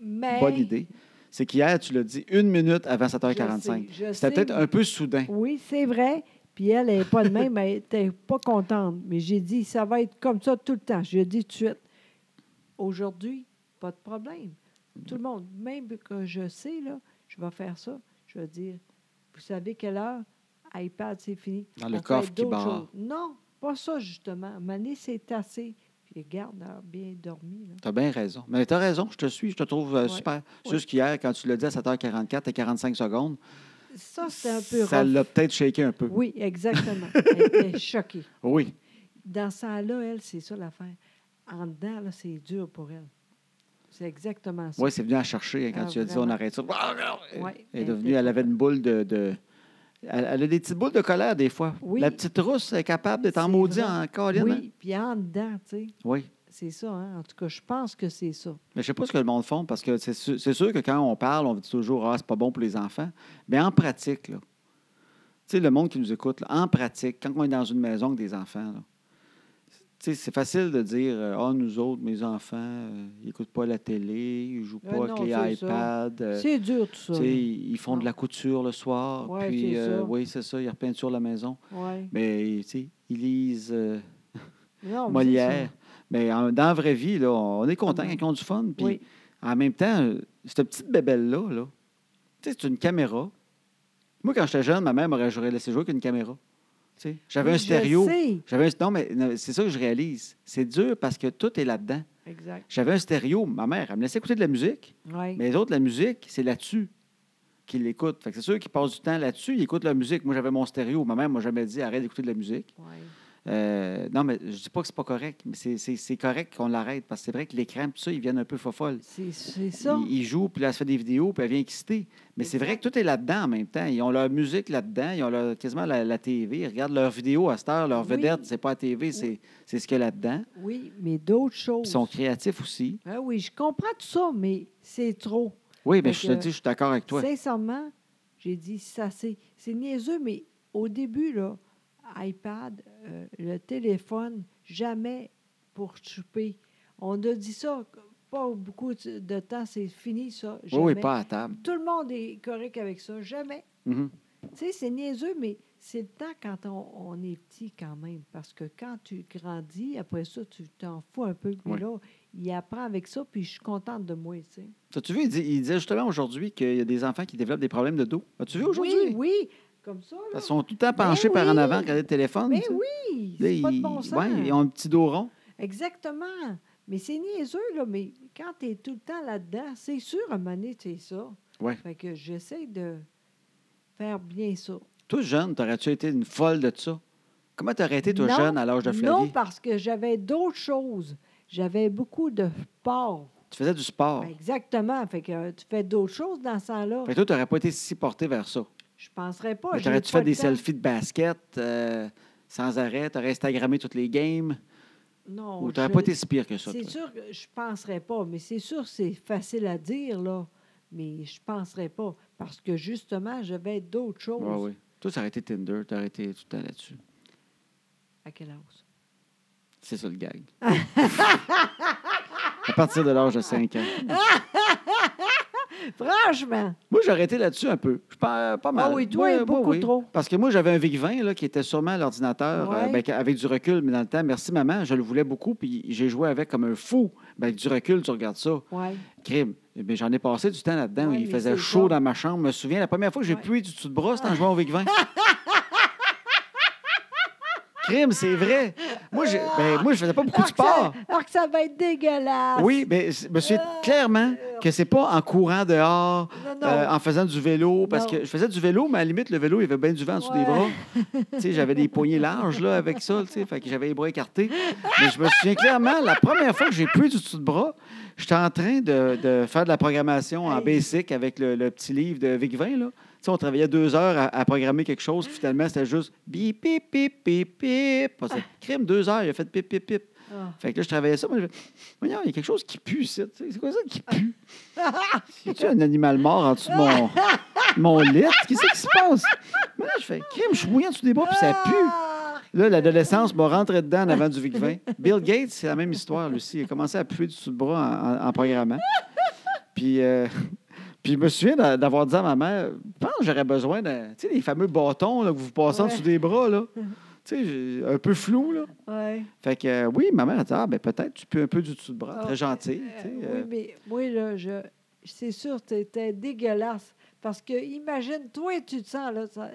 B: Mais-
A: Bonne idée. C'est qu'hier, tu l'as dit une minute avant
B: Je
A: 7h45.
B: sais, je
A: C'était
B: sais,
A: peut-être un peu soudain.
B: Oui, c'est vrai. Puis elle, elle n'est pas de même, elle n'était pas contente. Mais j'ai dit, ça va être comme ça tout le temps. Je lui ai dit tout de suite, aujourd'hui, pas de problème. Tout le monde, même que je sais, là, je vais faire ça. Je vais dire, vous savez quelle heure? iPad, c'est fini.
A: Dans le
B: On fait
A: coffre qui
B: d'autres
A: barre.
B: choses. Non, pas ça, justement. Mané, c'est assez. Puis regarde, elle a bien dormi. là.
A: Tu as bien raison. Mais tu as raison, je te suis, je te trouve euh,
B: Ouais.
A: super. C'est
B: Ouais.
A: Juste qu'hier, quand tu l'as dit à 7h44 et 45 secondes,
B: Ça, Ah, c'était un peu
A: ça
B: rough.
A: l'a peut-être shaké un peu.
B: Oui, exactement. Elle était *laughs* choquée.
A: Oui.
B: Dans ça là elle, c'est ça l'affaire. En dedans, là, c'est dur pour elle. C'est exactement ça.
A: Oui, c'est venu à chercher hein, quand
B: Ah,
A: tu as dit on
B: vraiment.
A: arrête ça. Elle-
B: Ouais, ben,
A: elle est
B: elle
A: devenue,
B: était
A: elle avait une boule de. de- elle, elle a des petites boules de colère des fois.
B: Oui.
A: La petite rousse est capable d'être en
B: C'est
A: maudit
B: vrai.
A: en colline. hein?
B: oui, puis en dedans, tu sais.
A: Oui.
B: C'est ça, hein? En tout cas, je pense que c'est ça.
A: Mais je sais pas ce que le monde font parce que c'est sûr, c'est sûr que quand on parle, on dit toujours Ah, c'est pas bon pour les enfants. Mais en pratique, là, tu sais, le monde qui nous écoute, là, en pratique, quand on est dans une maison avec des enfants, là, tu sais, c'est facile de dire euh, Ah, nous autres, mes enfants, euh, ils n'écoutent pas la télé, ils jouent
B: Ah
A: pas
B: non,
A: avec les
B: c'est ça.
A: iPads. euh,
B: c'est dur, tout ça.
A: Tu sais,
B: là.
A: ils font de
B: Non.
A: la couture le soir,
B: Ouais,
A: puis
B: c'est
A: euh,
B: ça.
A: oui, c'est ça, ils repeinturent la maison.
B: Ouais.
A: Mais tu sais, ils lisent euh,
B: Non, mais Ah, c'est ça.
A: Molière. Mais en- dans la vraie vie, là, on est content
B: Ah,
A: quand ils ont du fun. Puis
B: Oui.
A: en même temps, euh, cette petite bébelle-là, là, tu sais, c'est une caméra. Moi, quand j'étais jeune, ma mère m'aurait j'aurais laissé jouer avec une caméra. Tu sais, J'avais
B: Oui,
A: un
B: je
A: stéréo.
B: sais.
A: J'avais un- Non, mais non, c'est ça que je réalise. C'est dur parce que tout est là-dedans.
B: Exact.
A: J'avais un stéréo. Ma mère, elle me laissait écouter de la musique.
B: Ouais.
A: Mais les autres, la musique, c'est là-dessus qu'ils l'écoutent. Fait que c'est sûr qu'ils passent du temps là-dessus, ils écoutent la musique. Moi, j'avais mon stéréo. Ma mère m'a jamais dit arrête d'écouter de la musique.
B: Ouais.
A: Euh, non, mais je dis pas que c'est pas correct, mais c'est- c'est c'est correct qu'on l'arrête parce que c'est vrai que l'écran, tout ça, ils viennent un peu fofolles.
B: C'est c'est ça.
A: Ils, ils jouent, puis là, elle se fait des vidéos, puis elle vient exciter. Mais c'est vrai que tout est là-dedans en même temps. Ils ont leur musique là-dedans, ils ont leur, quasiment la, la TV. Ils regardent leurs vidéos à cette heure, leur
B: Oui.
A: vedette, c'est pas à TV, c'est c'est ce qu'il y a là-dedans.
B: Oui, mais d'autres
A: Puis
B: choses.
A: Ils sont créatifs aussi.
B: Ah oui, je comprends tout ça, mais c'est trop.
A: Oui, mais je
B: Fait
A: te
B: que-
A: dis, je suis d'accord avec toi.
B: Sincèrement, j'ai dit, ça c'est, c'est niaiseux, mais au début, là, iPad, euh, le téléphone, jamais pour choper. On a dit ça, pas beaucoup de de temps, c'est fini ça.
A: Oui, oui,
B: jamais.
A: pas à table.
B: Tout le monde est correct avec ça, jamais.
A: Mhm.
B: Tu sais, c'est niaiseux, mais c'est le temps quand on, on est petit quand même. Parce que quand tu grandis, après ça, tu t'en fous un peu. Mais
A: Oui.
B: là, il apprend avec ça, puis je suis contente de moi, tu sais.
A: As-tu vu, il, dit- il disait justement aujourd'hui qu'il y a des enfants qui développent des problèmes de dos. As-tu vu aujourd'hui?
B: Oui, oui, comme ça, là.
A: Ils sont tout le temps penchés
B: Ben
A: par en
B: oui.
A: avant, regarder le téléphone.
B: Mais
A: tu sais.
B: oui,
A: Là,
B: c'est pas de
A: ils-
B: bon sens.
A: ouais, ils ont un petit dos rond.
B: Exactement. Mais c'est niaiseux, là, mais quand tu es tout le temps là-dedans, c'est sûr, à un moment donné, c'est ça.
A: Ouais.
B: Fait que j'essaie de faire bien ça.
A: Toi, jeune, t'aurais-tu été une folle de ça? Comment t'aurais été, toi,
B: Non,
A: jeune, à l'âge de Flavie?
B: Non, parce que j'avais d'autres choses. J'avais beaucoup de sport.
A: Tu faisais du sport.
B: Ben, exactement. Fait que euh, tu fais d'autres choses dans ce temps-là.
A: Oh. Fait que toi, t'aurais pas été si porté vers ça.
B: Je penserais pas. j'ai
A: T'aurais-tu
B: pas
A: fait
B: le
A: des
B: temps.
A: selfies de basket euh, sans arrêt? T'aurais Instagrammé toutes les games?
B: Non.
A: Ou t'aurais
B: je-
A: pas été si pire que ça,
B: C'est
A: toi?
B: sûr que je penserais pas, mais c'est sûr que c'est facile à dire, là. Mais je penserais pas, parce que justement, j'avais d'autres choses.
A: Ouais, ouais. Toi, ça aurait été Tinder. T'aurais été tout le temps là-dessus.
B: À quelle âge?
A: C'est ça, le gag. à partir de l'âge de 5 ans.
B: Franchement!
A: Moi, j'ai arrêté là-dessus un peu. Je suis pas, pas mal.
B: Ah oui, toi, beaucoup trop.
A: Parce que moi, j'avais un Vic 20 là, qui était sûrement à l'ordinateur,
B: Ouais.
A: euh, ben, qu- avec du recul, mais dans le temps, merci maman, je le voulais beaucoup, puis j'ai joué avec comme un fou. Ben, avec du recul, tu regardes ça.
B: Oui.
A: Crime. Mais j'en ai passé du temps là-dedans.
B: Ouais,
A: il
B: mais
A: faisait
B: c'est
A: chaud
B: ça.
A: dans ma chambre. Je me souviens, la première fois que j'ai
B: Ouais.
A: pué du tout de bras, c'était en jouant au Vic 20. Crime, c'est vrai. Moi, je ben, moi, je faisais pas beaucoup de
B: Alors que ça-
A: sport.
B: alors que ça va être dégueulasse.
A: Oui, mais je me suis clairement que c'est pas en courant dehors,
B: Non, non.
A: euh, en faisant du vélo, parce
B: Non.
A: que je faisais du vélo, mais à la limite, le vélo, il y avait bien du vent en dessous des
B: Ouais.
A: bras. Tu sais, j'avais des poignées larges là, avec ça, tu sais, fait que j'avais les bras écartés. Mais je me souviens clairement, la première fois que j'ai pu du dessous de bras, j'étais en train de, de faire de la programmation en
B: Hey.
A: basic avec le, le petit livre de Vic Vin. Là. Tu sais, on travaillait deux heures à, à programmer quelque chose, puis finalement, c'était juste bip, bip, bip, bip, bip. Pas ça. Crime, deux heures, il a fait pip, pip, pip.
B: Ah.
A: Fait que là, je travaillais ça. Moi, je fais, Voyons, il y a quelque chose qui pue ici. tu sais. C'est quoi ça qui
B: Ah.
A: pue? C'est-tu un animal mort en dessous de mon, mon lit? Qu'est-ce qui se passe? Moi, là, je fais crime, je suis mouillé en dessous des bras, puis ça pue.
B: Ah!
A: Là, l'adolescence m'a rentré dedans en avant du Vic 20. Bill Gates, c'est la même histoire, Lucie. Il a commencé à puer du dessous de bras en, en- en programmant. Puis, euh, puis je me souviens d'a- d'avoir dit à ma mère, je pense que j'aurais besoin de, tu sais, des fameux bâtons là, que vous passez en
B: Ouais.
A: dessous des bras, là. Tu sais, j'ai- un peu flou, là.
B: Ouais.
A: Fait que euh, oui, ma mère a dit Ah, ben peut-être tu peux un peu du dessous de bras,
B: Ah,
A: très gentil. tu
B: euh,
A: sais,
B: oui,
A: euh,
B: mais moi, là, je, c'est sûr, c'était dégueulasse. Parce que, imagine, toi, tu te sens, là, ça-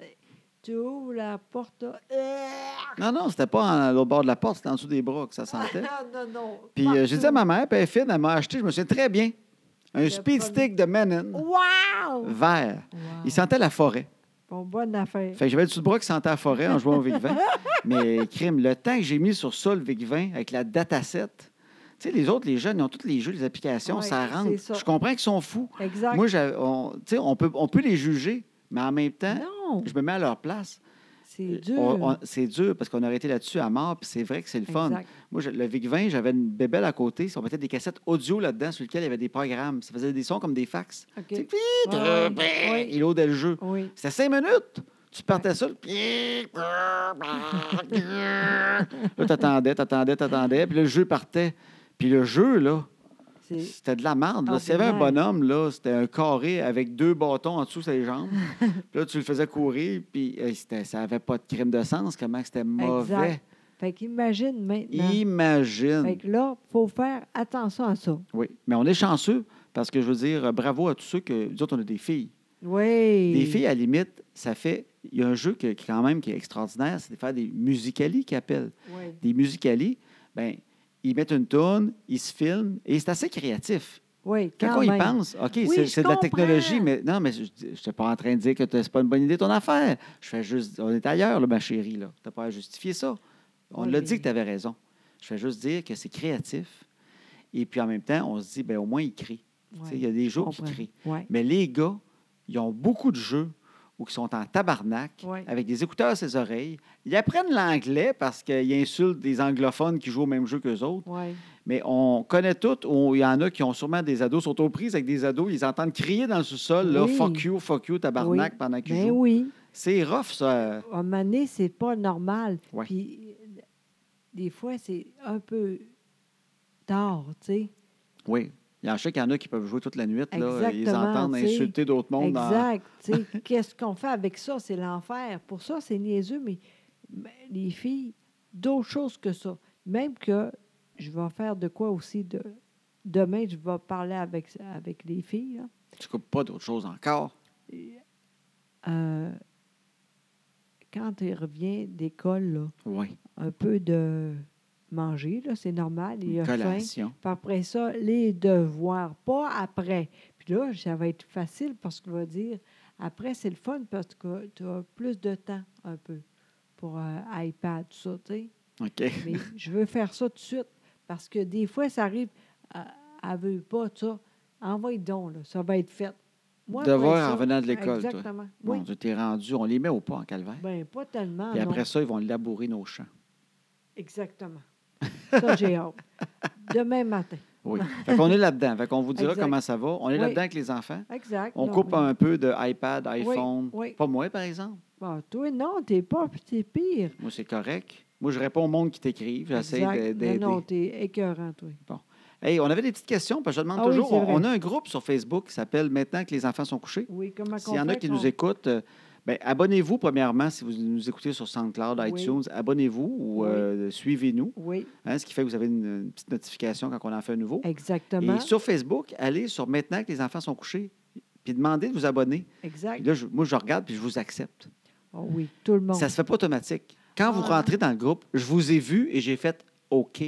B: tu ouvres la porte, là. Ah!
A: Non, non, c'était pas en, l'autre bord de la porte, c'était en dessous des bras que ça sentait.
B: *laughs* non, non, non.
A: Puis euh, j'ai dit à
B: partout.
A: ma mère, puis elle est fine, elle m'a acheté, je me souviens très bien, un
B: Le
A: speed
B: premier. Oh. Ah.
A: stick de Menon
B: Wow!
A: vert. Il sentait la forêt.
B: Bon, bonne affaire.
A: Fait que j'avais du dessous de bras qui sentait la forêt en jouant au Vic
B: *laughs*
A: 20. Mais crime, le temps que j'ai mis sur ça, le Vic 20, avec la dataset, tu sais, les autres, les jeunes, ils ont tous les jeux, les applications,
B: Ouais,
A: ça
B: c'est
A: rentre.
B: ça.
A: Je comprends qu'ils sont fous.
B: Exact.
A: Moi, j'avais- on, tu sais, on, peut, on peut les juger, mais en même temps,
B: non,
A: je me mets à leur place.
B: c'est dur.
A: On- on- C'est dur parce qu'on aurait été là-dessus à mort, puis c'est vrai que c'est le fun.
B: Exact.
A: Moi, je- le Vic 20, j'avais une bébelle à côté, on mettait des cassettes audio là-dedans sur lesquelles il y avait des programmes. Ça faisait des sons comme des fax.
B: OK.
A: Tu sais,
B: Ouais, ouais, ouais.
A: Il odait le jeu.
B: Oui.
A: C'était cinq minutes. Tu partais ça. Là, t'attendais, t'attendais, t'attendais, puis le jeu partait. Puis le jeu, là,
B: C'est...
A: c'était de la merde. là. S'il y avait un
B: Ordinaire.
A: bonhomme, là, c'était un carré avec deux bâtons en dessous de ses
B: *laughs*
A: jambes. Puis là, tu le faisais courir, puis euh, c'était- ça n'avait pas de crime de sens, comment que c'était mauvais.
B: Fait qu'imagine maintenant.
A: Imagine.
B: Fait que là, faut faire attention à ça.
A: Oui. Mais on est chanceux, parce que je veux dire, euh, bravo à tous ceux que. Nous autres, on a des filles.
B: Oui.
A: Des filles, à la limite, ça fait. Il y a un jeu que- qui, quand même, qui est extraordinaire, c'est de faire des musicali qu'ils appellent.
B: Oui.
A: Des musicali, ben ils mettent une tourne, ils se filment, et c'est assez créatif.
B: Oui, quand,
A: Quand, on
B: même.
A: y pense, OK,
B: Oui,
A: c'est-
B: je
A: c'est de la
B: comprends.
A: technologie, mais non, mais je n'étais pas en train de dire que ce pas une bonne idée ton affaire. Je fais juste, on est ailleurs, là, ma chérie, là. Tu n'as pas à justifier ça. On
B: Oui,
A: l'a
B: mais-
A: dit que tu avais raison. Je fais juste dire que c'est créatif. Et puis en même temps, on se dit, ben au moins, ils crient. Tu sais, Il y a des jours qui crient.
B: Oui.
A: Mais les gars, ils ont beaucoup de jeux où ils sont en tabarnak,
B: Ouais.
A: avec des écouteurs à ses oreilles. Ils apprennent l'anglais parce qu'ils insultent des anglophones qui jouent au même jeu qu'eux autres.
B: Oui.
A: Mais on connaît toutes, ou il y en a qui ont sûrement des ados, sont aux prises avec des ados, ils entendent crier dans le sous-sol, là,
B: Oui.
A: fuck you, fuck you, tabarnak,
B: Oui.
A: pendant qu'ils
B: Ben
A: jouent.
B: oui.
A: C'est rough, ça.
B: À un moment donné, c'est pas normal.
A: Ouais.
B: Puis, euh, des fois, c'est un peu tard, tu sais.
A: Oui. Il y en a qui y en a qui peuvent jouer toute la nuit, là. Ils
B: Exactement,
A: entendent
B: tu sais.
A: insulter d'autres mondes. dans-
B: Exact. tu sais, *laughs* Qu'est-ce qu'on fait avec ça? C'est l'enfer. Pour ça, c'est niaiseux, mais mais les filles, d'autres choses que ça. Même que je vais faire de quoi aussi de. Demain, je vais parler avec, avec les filles. là.
A: Tu coupes pas d'autres choses encore.
B: Euh, quand il revient d'école, là,
A: Oui.
B: un peu de manger, là, c'est normal. Il a faim.
A: Collation.
B: Puis après ça, les devoirs, pas après. Puis là, ça va être facile parce qu'on va dire, après, c'est le fun parce que tu as plus de temps un peu pour un iPad, tout ça, tu sais.
A: OK.
B: Mais je veux faire ça tout de suite parce que des fois, ça arrive, euh, elle ne veut pas ça. Envoie donc, là, ça va être fait. Moi,
A: Devoir
B: après ça-
A: en revenant de l'école, toi.
B: Exactement.
A: Bon,
B: Oui.
A: tu t'es rendu, on les met au pas en calvaire.
B: Ben, pas tellement.
A: Puis
B: non.
A: après ça, ils vont labourer nos champs.
B: Exactement. Ça, j'ai hâte. Demain matin.
A: Oui. fait qu'on est là-dedans. Fait qu'on vous dira
B: Ah. Exact.
A: comment ça va. On est
B: Oui.
A: là-dedans avec les enfants.
B: Exact.
A: On
B: non,
A: coupe
B: mais-
A: un peu de iPad, iPhone.
B: oui.
A: Pas moi, par exemple.
B: Bon, toi, non, t'es pas, t'es pire.
A: Moi, c'est correct. Moi, je réponds au monde qui t'écrive. J'essaie
B: Exact.
A: d'a- d'aider.
B: Non, non, t'es écœurant, toi.
A: Hey, on avait des petites questions, parce que je demande
B: Ah oui,
A: toujours.
B: c'est
A: on,
B: vrai.
A: on a un groupe sur Facebook qui s'appelle Maintenant que les enfants sont couchés.
B: Oui, comment
A: S'il y en
B: qu'on
A: a
B: fait
A: qui
B: qu'on-
A: nous écoutent, euh, ben, abonnez-vous premièrement si vous nous écoutez sur SoundCloud,
B: Oui.
A: iTunes. Abonnez-vous ou
B: Oui.
A: euh, suivez-nous.
B: Oui,
A: hein, ce qui fait que vous avez une, une petite notification quand on en fait un nouveau.
B: exactement.
A: Et sur Facebook, allez sur Maintenant que les enfants sont couchés, puis demandez de vous abonner. Puis
B: Exact.
A: là, je- moi, je regarde puis je vous accepte.
B: Oh oui, tout le monde.
A: Ça se fait pas automatique. Quand vous
B: Ah.
A: rentrez dans le groupe, je vous ai vu et j'ai fait OK.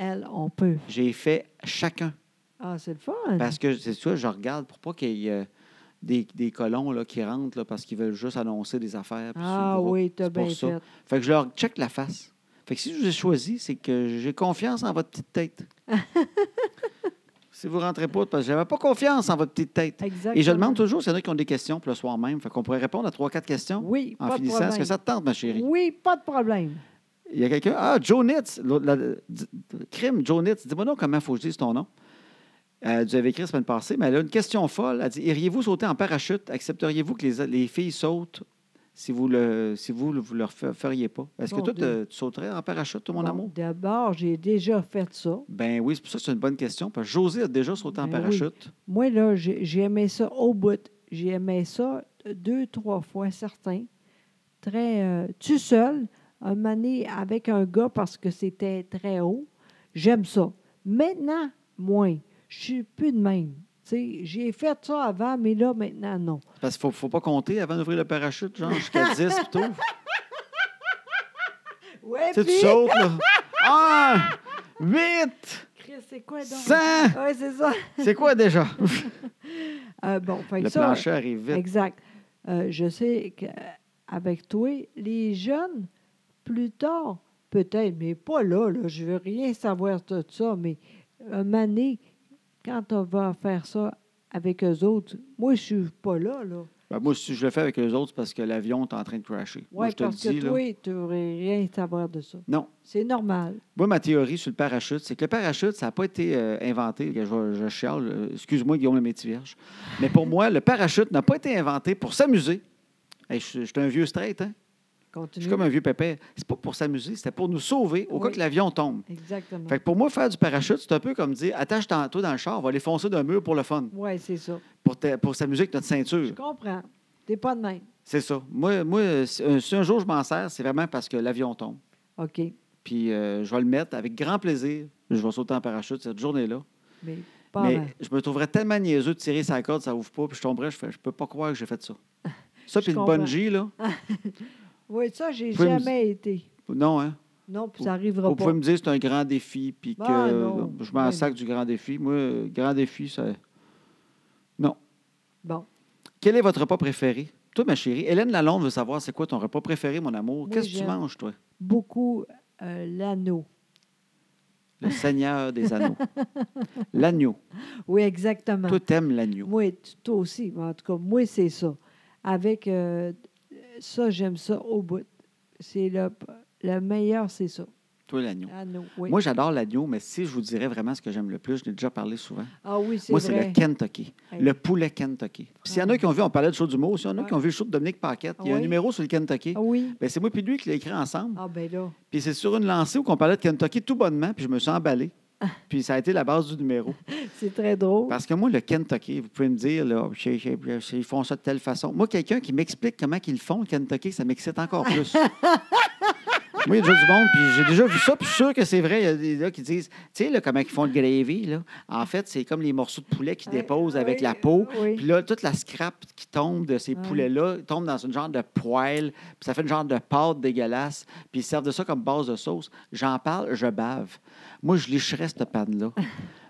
B: Elle, on peut.
A: J'ai fait chacun.
B: Ah, c'est le fun.
A: Parce que c'est ça, je regarde pour pas qu'il y ait euh, des, des colons là, qui rentrent là, parce qu'ils veulent juste annoncer des affaires. puis sur
B: ah
A: le groupe.
B: oui, t'as
A: C'est pour
B: bien
A: ça.
B: fait.
A: Fait que je leur check la face. Fait que si je vous ai choisi, c'est que j'ai confiance en votre petite
B: *laughs*
A: tête. si vous rentrez pas, c'est parce que j'avais pas confiance en votre petite tête.
B: Exactement.
A: Et je demande toujours s'il y en a qui ont des questions pour le soir même. Fait qu'on pourrait répondre à trois, quatre questions
B: Oui,
A: en
B: pas de
A: finissant.
B: problème.
A: Est-ce que ça te tente, ma chérie?
B: Oui, pas de problème.
A: Il y a quelqu'un. Ah, Joe Nitz. l'autre- la- d- d- crime, Joe Nitz. Dis-moi donc comment faut que je dise ton nom. Euh, tu avais écrit la semaine passée, mais elle a une question folle. Elle dit Iriez-vous sauter en parachute Accepteriez-vous que les, les filles sautent si vous le si vous, le- vous leur fe- feriez pas Est-ce que
B: Bon
A: toi,
B: Dieu.
A: te- tu sauterais en parachute, toi, mon
B: Bon,
A: amour
B: D'abord, j'ai déjà fait ça.
A: Ben oui, c'est pour ça que c'est une bonne question. Parce que José a déjà sauté en
B: Ben oui.
A: parachute.
B: Moi, là, j'ai j'ai aimé ça au bout. J'ai aimé ça deux, trois fois, certains. Très. euh, tu seul, un moment donné, avec un gars parce que c'était très haut. J'aime ça. Maintenant, moins. Je suis plus de même. Tu sais, j'ai fait ça avant, mais là, maintenant, non.
A: Parce qu'il ne faut pas compter avant d'ouvrir le parachute, genre
B: *laughs*
A: jusqu'à 10 plutôt.
B: Ouais,
A: tu sais, tu sautes,
B: *laughs*
A: là. 1, 8,
B: Chris, c'est quoi donc?
A: 100
B: Ouais, c'est ça.
A: C'est quoi
B: *laughs*
A: déjà
B: Euh, bon, fait que
A: Le
B: ça,
A: plancher arrive vite.
B: Exact. Euh, je sais qu'avec toi, les jeunes, plus tard, peut-être, mais pas là, là, je veux rien savoir de ça, mais un moment donné, quand on va faire ça avec eux autres, moi, je suis pas là, là.
A: Ben, moi, si je le fais avec les autres, c'est parce que l'avion est en train de crasher. moi,
B: Oui,
A: je te le
B: parce
A: dis,
B: que
A: là.
B: toi, tu ne rien savoir de ça.
A: Non.
B: C'est normal.
A: Moi, ma théorie sur le parachute, c'est que le parachute, ça n'a pas été euh, inventé. Je, vais- je chiale. euh, Excuse-moi, Guillaume le métier vierge. Mais pour moi, le parachute n'a pas été inventé pour s'amuser. Hey, je, suis- je suis un vieux straight, hein? Je
B: Continue.
A: suis comme un vieux pépère. C'est pas pour s'amuser, c'était pour nous sauver au cas
B: Oui.
A: que l'avion tombe.
B: Exactement.
A: Fait que pour moi, faire du parachute, c'est un peu comme dire attache toi dans le char, on va aller foncer d'un mur pour le fun,
B: Oui, c'est ça.
A: pour, te- pour s'amuser avec notre
B: Je
A: ceinture.
B: comprends. Tu pas de même.
A: C'est ça. Moi, moi euh, si un- si un jour je m'en sers, c'est vraiment parce que l'avion tombe.
B: OK.
A: Puis euh, je vais le mettre avec grand plaisir. Je vais sauter en parachute cette journée-là.
B: Mais pas
A: Mais
B: avant.
A: je me trouverais tellement niaiseux de tirer sa corde, ça ouvre pas, puis je tomberais, je fais, je peux pas croire que j'ai
B: *laughs*
A: fait ça. Ça,
B: Je
A: puis le
B: comprends. Ah.
A: bungee, là.
B: Oui, ça, j'ai
A: Vous pouvez me-
B: jamais été.
A: Non, hein?
B: Non, puis ça n'arrivera
A: Vous
B: pas.
A: pouvez me dire que c'est un grand défi, puis que
B: Ah, non.
A: je m'en
B: Ben
A: sac du grand défi. Moi, euh, grand défi, ça. Non.
B: Bon.
A: Quel est votre repas préféré? Toi, ma chérie, Hélène Lalonde veut savoir c'est quoi ton repas préféré, mon amour.
B: Oui,
A: Qu'est-ce que tu
B: j'aime.
A: manges, toi?
B: beaucoup euh, l'anneau.
A: Le Seigneur des Anneaux.
B: *laughs*
A: L'agneau.
B: Oui, exactement.
A: Toi, t'aimes l'agneau.
B: Moi, t- toi aussi. mais En tout cas, moi, c'est ça. Avec euh, ça, j'aime ça au bout. C'est le, le meilleur, c'est ça.
A: Toi, l'agneau.
B: L'anneau, oui.
A: Moi, j'adore l'agneau, mais si je vous dirais vraiment ce que j'aime le plus, je l'ai déjà parlé souvent.
B: ah oui, c'est
A: Moi,
B: vrai.
A: c'est le Kentucky,
B: Hey.
A: le poulet Kentucky. Puis S'il y en a qui ont vu, on parlait de show d'humour, s'il y en a qui ont vu le show de Dominique Paquette, il y a un
B: Oui.
A: numéro sur le Kentucky.
B: Ah oui.
A: Ben, c'est moi puis lui qui l'a écrit ensemble.
B: Ah ben là.
A: Puis c'est sur une lancée où on parlait de Kentucky tout bonnement, puis je me suis emballé.
B: Ah.
A: Puis ça a été la base du numéro.
B: C'est très drôle.
A: Parce que moi, le Kentucky, vous pouvez me dire, là, C'est- c'est- c'est- ils font ça de telle façon. Moi, quelqu'un qui m'explique comment ils le font, le Kentucky, ça m'excite encore plus. moi, il y a déjà du monde, puis j'ai déjà vu ça, puis je suis sûr que c'est vrai. Il y a des gars qui disent, tu sais, là, comment ils font le gravy, là. En fait, c'est comme les morceaux de poulet qu'ils
B: Ouais, Ah
A: déposent avec
B: oui,
A: la peau.
B: oui.
A: Puis là, toute la scrap qui tombe de ces
B: Ouais.
A: poulets-là tombe dans une genre de poêle, puis ça fait une genre de pâte dégueulasse, puis ils servent de ça comme base de sauce. J'en parle, je bave. Moi, je licherais cette
B: *laughs*
A: panne-là.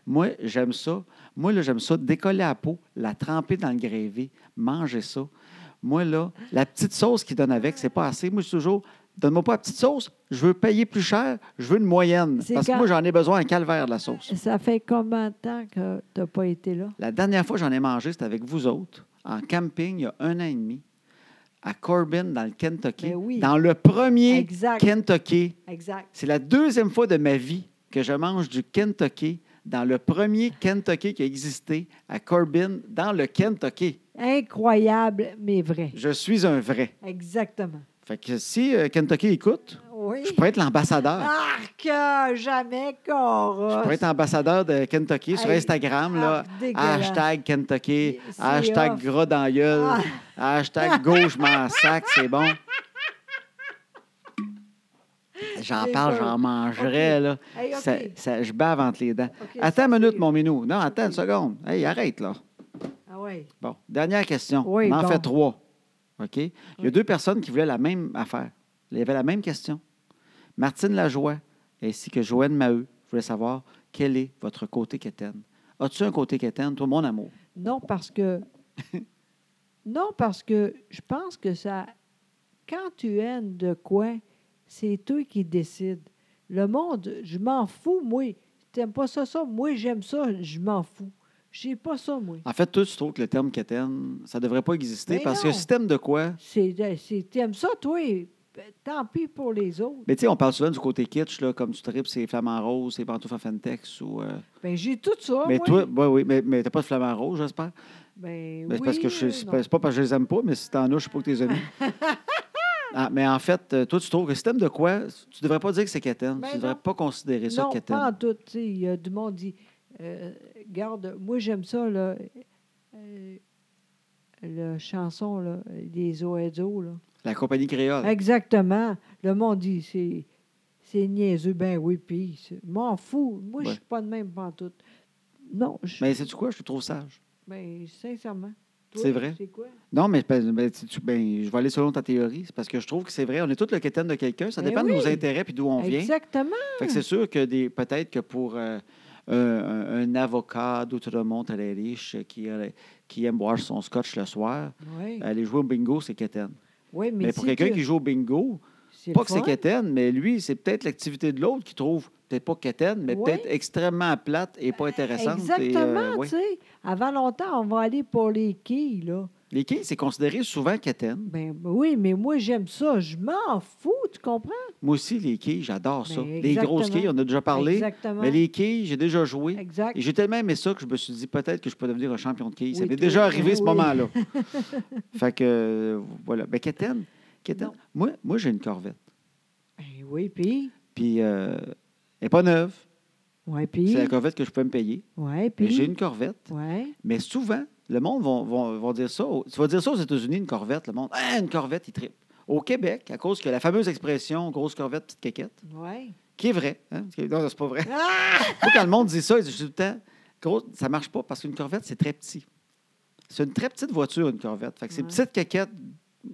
A: Moi, j'aime ça. Moi, là, j'aime ça. Décoller à la peau, la tremper dans le grévé, manger ça. Moi, là, la petite sauce qu'ils donnent avec, c'est pas assez. Moi, je suis toujours, donne-moi pas la petite sauce, je veux payer plus cher, je veux une moyenne.
B: C'est
A: Parce que
B: quand-
A: moi, j'en ai besoin en calvaire de la sauce.
B: Ça fait combien de temps que tu n'as pas été là?
A: La dernière fois que j'en ai mangé, c'était avec vous autres, en camping, il y a un an et demi, à Corbin, dans le Kentucky.
B: Ben oui.
A: Dans le premier
B: Exact.
A: Kentucky.
B: Exact.
A: C'est la deuxième fois de ma vie que je mange du Kentucky dans le premier Kentucky qui a existé à Corbin, dans le Kentucky.
B: Incroyable, mais vrai.
A: Je suis un vrai.
B: Exactement.
A: Fait que si euh, Kentucky écoute,
B: Oui.
A: je pourrais être l'ambassadeur.
B: Arc, euh, jamais, Cora.
A: Je pourrais être ambassadeur de Kentucky sur
B: Ah, Hey,
A: Instagram, là.
B: arc dégueulasse.
A: Hashtag Kentucky,
B: C'est
A: hashtag
B: off. Ah.
A: gras dans la gueule, hashtag gauche m'en sac, c'est bon. J'en
B: C'est
A: parle,
B: bon.
A: j'en mangerais,
B: OK.
A: là.
B: Hey, Ah, OK.
A: Ça- ça- je bave entre les dents.
B: OK,
A: attends une
B: ça,
A: minute,
B: c'est-
A: mon minou. Non, attends une seconde. Hey, arrête, là.
B: Ah oui.
A: Bon, dernière question.
B: Oui,
A: On en
B: bon.
A: fait trois. OK? Il y a deux personnes qui voulaient la même affaire. Il y avait la même question. Martine Lajoie, ainsi que Joanne Maheu, voulait savoir quel est votre côté quétaine. As-tu un côté quétaine, toi, mon amour?
B: Non, parce que. *laughs* non, parce que je pense que ça. Quand tu aimes de quoi, c'est eux qui décident. Le monde, je m'en fous, moi. T'aimes pas ça, ça. Moi, j'aime ça, je m'en fous. J'ai pas ça, moi.
A: En fait, toi, tu trouves que le terme quétaine, ça ne devrait pas exister
B: Mais
A: parce
B: non.
A: que si t'aimes de quoi.
B: C'est, de- c'est- t'aimes ça, toi. ben, Tant pis pour les autres.
A: Mais tu sais, on parle souvent du côté kitsch, là, comme tu tripes ses flamants roses, ses pantoufles en Fentex ou. euh,
B: Ben, j'ai tout ça.
A: mais
B: moi.
A: toi, oui, oui, mais, mais t'as pas de flamants roses, j'espère.
B: Ben,
A: Ben, c'est
B: oui,
A: parce que je
B: euh,
A: c'est
B: non.
A: pas, c'est pas parce que je les aime pas, mais si t'en as, je sais pas que t'es amis.
B: *laughs*
A: Ah, mais en fait, euh, toi, tu trouves que si t'aimes de quoi, tu devrais pas dire que c'est quétaine.
B: Ben
A: tu devrais
B: non.
A: pas considérer ça
B: non,
A: quétaine.
B: pas en tout. tu sais, Il y a du monde qui dit euh, Garde, moi j'aime ça, là, euh, la chanson là, des Oedo. Là.
A: La compagnie créole.
B: Exactement. Le monde dit c'est, c'est niaiseux. Ben oui, puis c'est- m'en fous. Moi, je
A: Ouais.
B: suis pas de même pantoute. Non, je,
A: Mais Ben, sais-tu quoi? Je te trouve sage.
B: ben, sincèrement. Toi,
A: C'est vrai.
B: C'est quoi?
A: Non, mais ben, ben, tu- tu- ben, je vais aller selon ta théorie. C'est parce que je trouve que c'est vrai. On est tous le quétaine de quelqu'un. Ça
B: Ben
A: dépend de nos
B: oui.
A: intérêts puis d'où on vient.
B: Exactement.
A: Fait que c'est sûr que des peut-être que pour euh, un, un- un avocat d'Outremont à la riche euh, qui, aurait- qui aime boire son scotch le soir,
B: Oui,
A: aller jouer au bingo, c'est quétaine.
B: oui mais,
A: Mais pour
B: si
A: quelqu'un
B: tu-
A: qui joue au bingo,
B: c'est
A: pas
B: le
A: que c'est
B: fun.
A: quétaine, mais lui, c'est peut-être l'activité de l'autre qui trouve peut-être pas quétaine, mais
B: Ouais.
A: peut-être extrêmement plate et pas intéressante. et, euh,
B: Exactement,
A: ouais.
B: tu sais. Avant longtemps, on va aller pour les quilles, là.
A: Les quilles, c'est considéré souvent quétaine.
B: Ben oui, mais moi, j'aime ça. Je m'en fous, tu comprends?
A: Moi aussi, les quilles, j'adore ça.
B: Ben,
A: Les grosses
B: exactement.
A: quilles, on en a déjà parlé.
B: Exactement.
A: Mais les quilles, j'ai déjà joué.
B: Exact.
A: Et j'ai tellement aimé ça que je me suis dit peut-être que je peux devenir un champion de quilles. ça
B: Oui,
A: m'est
B: toi,
A: déjà arrivé
B: ben
A: ce
B: oui. *laughs*
A: moment-là. fait que euh, voilà. Mais Kéten, Kéten,
B: Non.
A: moi, moi j'ai une corvette.
B: Ben oui, puis...
A: Puis euh, elle n'est pas neuve.
B: Ouais, puis...
A: C'est la corvette que je peux me payer.
B: Ouais,
A: Mais
B: puis...
A: j'ai une corvette.
B: Ouais.
A: Mais souvent, le monde va vont, vont dire ça. aux- Tu vas dire ça aux États-Unis, une corvette, le monde. Ah, une corvette, il tripe. Au Québec, à cause que la fameuse expression grosse corvette, petite caquette,
B: Ouais.
A: qui est vraie. hein, parce que- Non, c'est pas vrai.
B: Ah!
A: Moi, quand le monde dit ça, je dis tout le temps, gros, ça ne marche pas parce qu'une corvette, c'est très petit. C'est une très petite voiture, une corvette. Fait que c'est
B: Ouais.
A: petite caquette.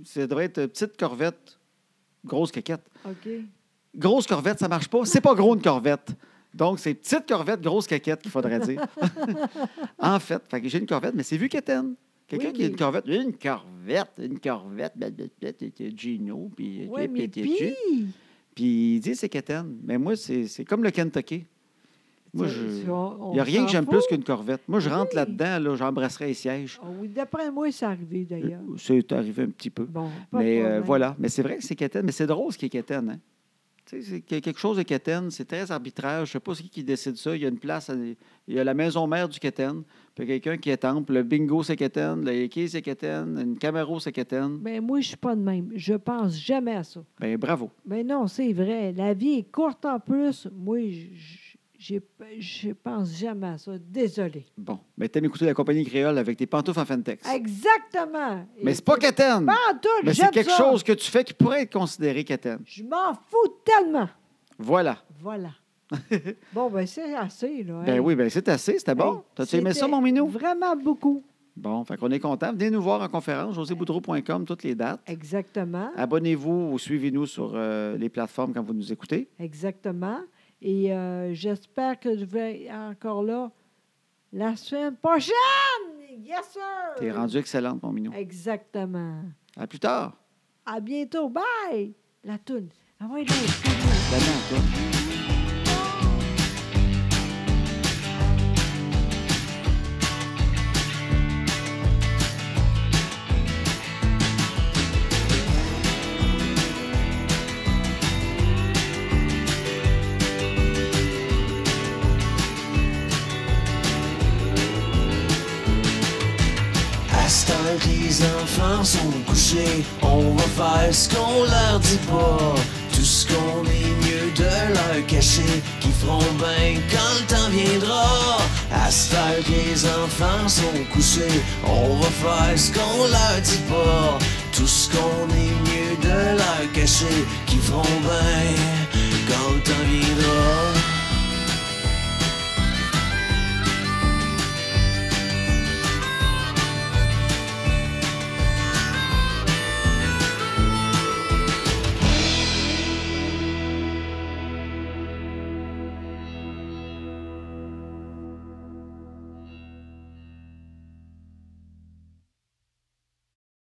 A: Ça devrait être euh, petite corvette, grosse caquette.
B: OK.
A: Grosse corvette, ça ne marche pas. C'est pas gros une corvette. Donc, c'est petite corvette, grosse caquette qu'il faudrait dire.
B: *laughs*
A: en fait, fait que j'ai une corvette, mais c'est vu qu'étaine. Quelqu'un
B: Oui,
A: qui a une
B: mais-
A: corvette, une corvette, une corvette, ben, ben, ben, ben, ben, Gino, puis
B: Ouais, mais
A: puis- puis-
B: puis...
A: puis il dit c'est quétaine. Mais moi, c'est c'est comme le Kentucky. Moi,
B: Tu-
A: je...
B: tu- on-
A: Il n'y a
B: on
A: rien que
B: s'en
A: j'aime
B: fout.
A: plus qu'une corvette. Moi, je rentre
B: Oui.
A: là-dedans, là, j'embrasserai les sièges.
B: Ah oui, D'après moi, c'est arrivé, d'ailleurs.
A: C'est arrivé un petit peu.
B: Bon, pas
A: Euh,
B: de
A: mais euh,
B: problème.
A: voilà. Mais c'est vrai que c'est quétaine. Mais c'est drôle ce qui est quétaine. Hein? Tu sais, c'est que- quelque chose de quétaine. C'est très arbitraire. Je ne sais pas qui, qui décide ça. Il y a une place. à- Il y a la maison mère du quétaine. Puis quelqu'un qui est temple. Le bingo, c'est quétaine. Le Yiki, c'est quétaine. Une Camaro, c'est quétaine.
B: Ben moi, je suis pas de même. Je pense jamais à ça.
A: Bien, bravo.
B: Mais non, c'est vrai. La vie est courte en plus. Moi, j- j'ai- je pense jamais à ça. Désolée.
A: Bon. Mais t'aimes écouter la compagnie créole avec tes pantoufles en Fentex.
B: Exactement.
A: Mais c'est pas quétaine.
B: Pas en
A: Hmm.
B: tout,
A: Mais c'est
B: j'aime
A: quelque
B: ça.
A: chose que tu fais qui pourrait être considéré quétaine.
B: Je m'en fous tellement.
A: Voilà. *laughs*
B: Voilà. bon, ben c'est assez, là.
A: Ben
B: hein.
A: oui, ben c'est assez, c'était
B: Hey,
A: bon. T'as-tu aimé ça,
B: c'était
A: mon minou?
B: Vraiment beaucoup.
A: Bon, fait qu'on est content. Venez nous voir en conférence, joséboudreau.com, toutes les dates.
B: Exactement.
A: Abonnez-vous ou suivez-nous sur euh, les plateformes quand vous nous écoutez.
B: Exactement. Et euh, j'espère que je vais être encore là la semaine prochaine. Yes, sir.
A: T'es rendu excellente, mon minou.
B: Exactement.
A: À plus tard.
B: À bientôt. Bye. La toune. Ah ouais, là,
A: Salut à toi.
C: À ce temps que les enfants sont couchés, on va faire ce qu'on leur dit pas. Tout ce qu'on est mieux de leur cacher, qui feront bien quand le temps viendra. À ce temps que les enfants sont couchés, on va faire ce qu'on leur dit pas. Tout ce qu'on est mieux de leur cacher, qui feront bien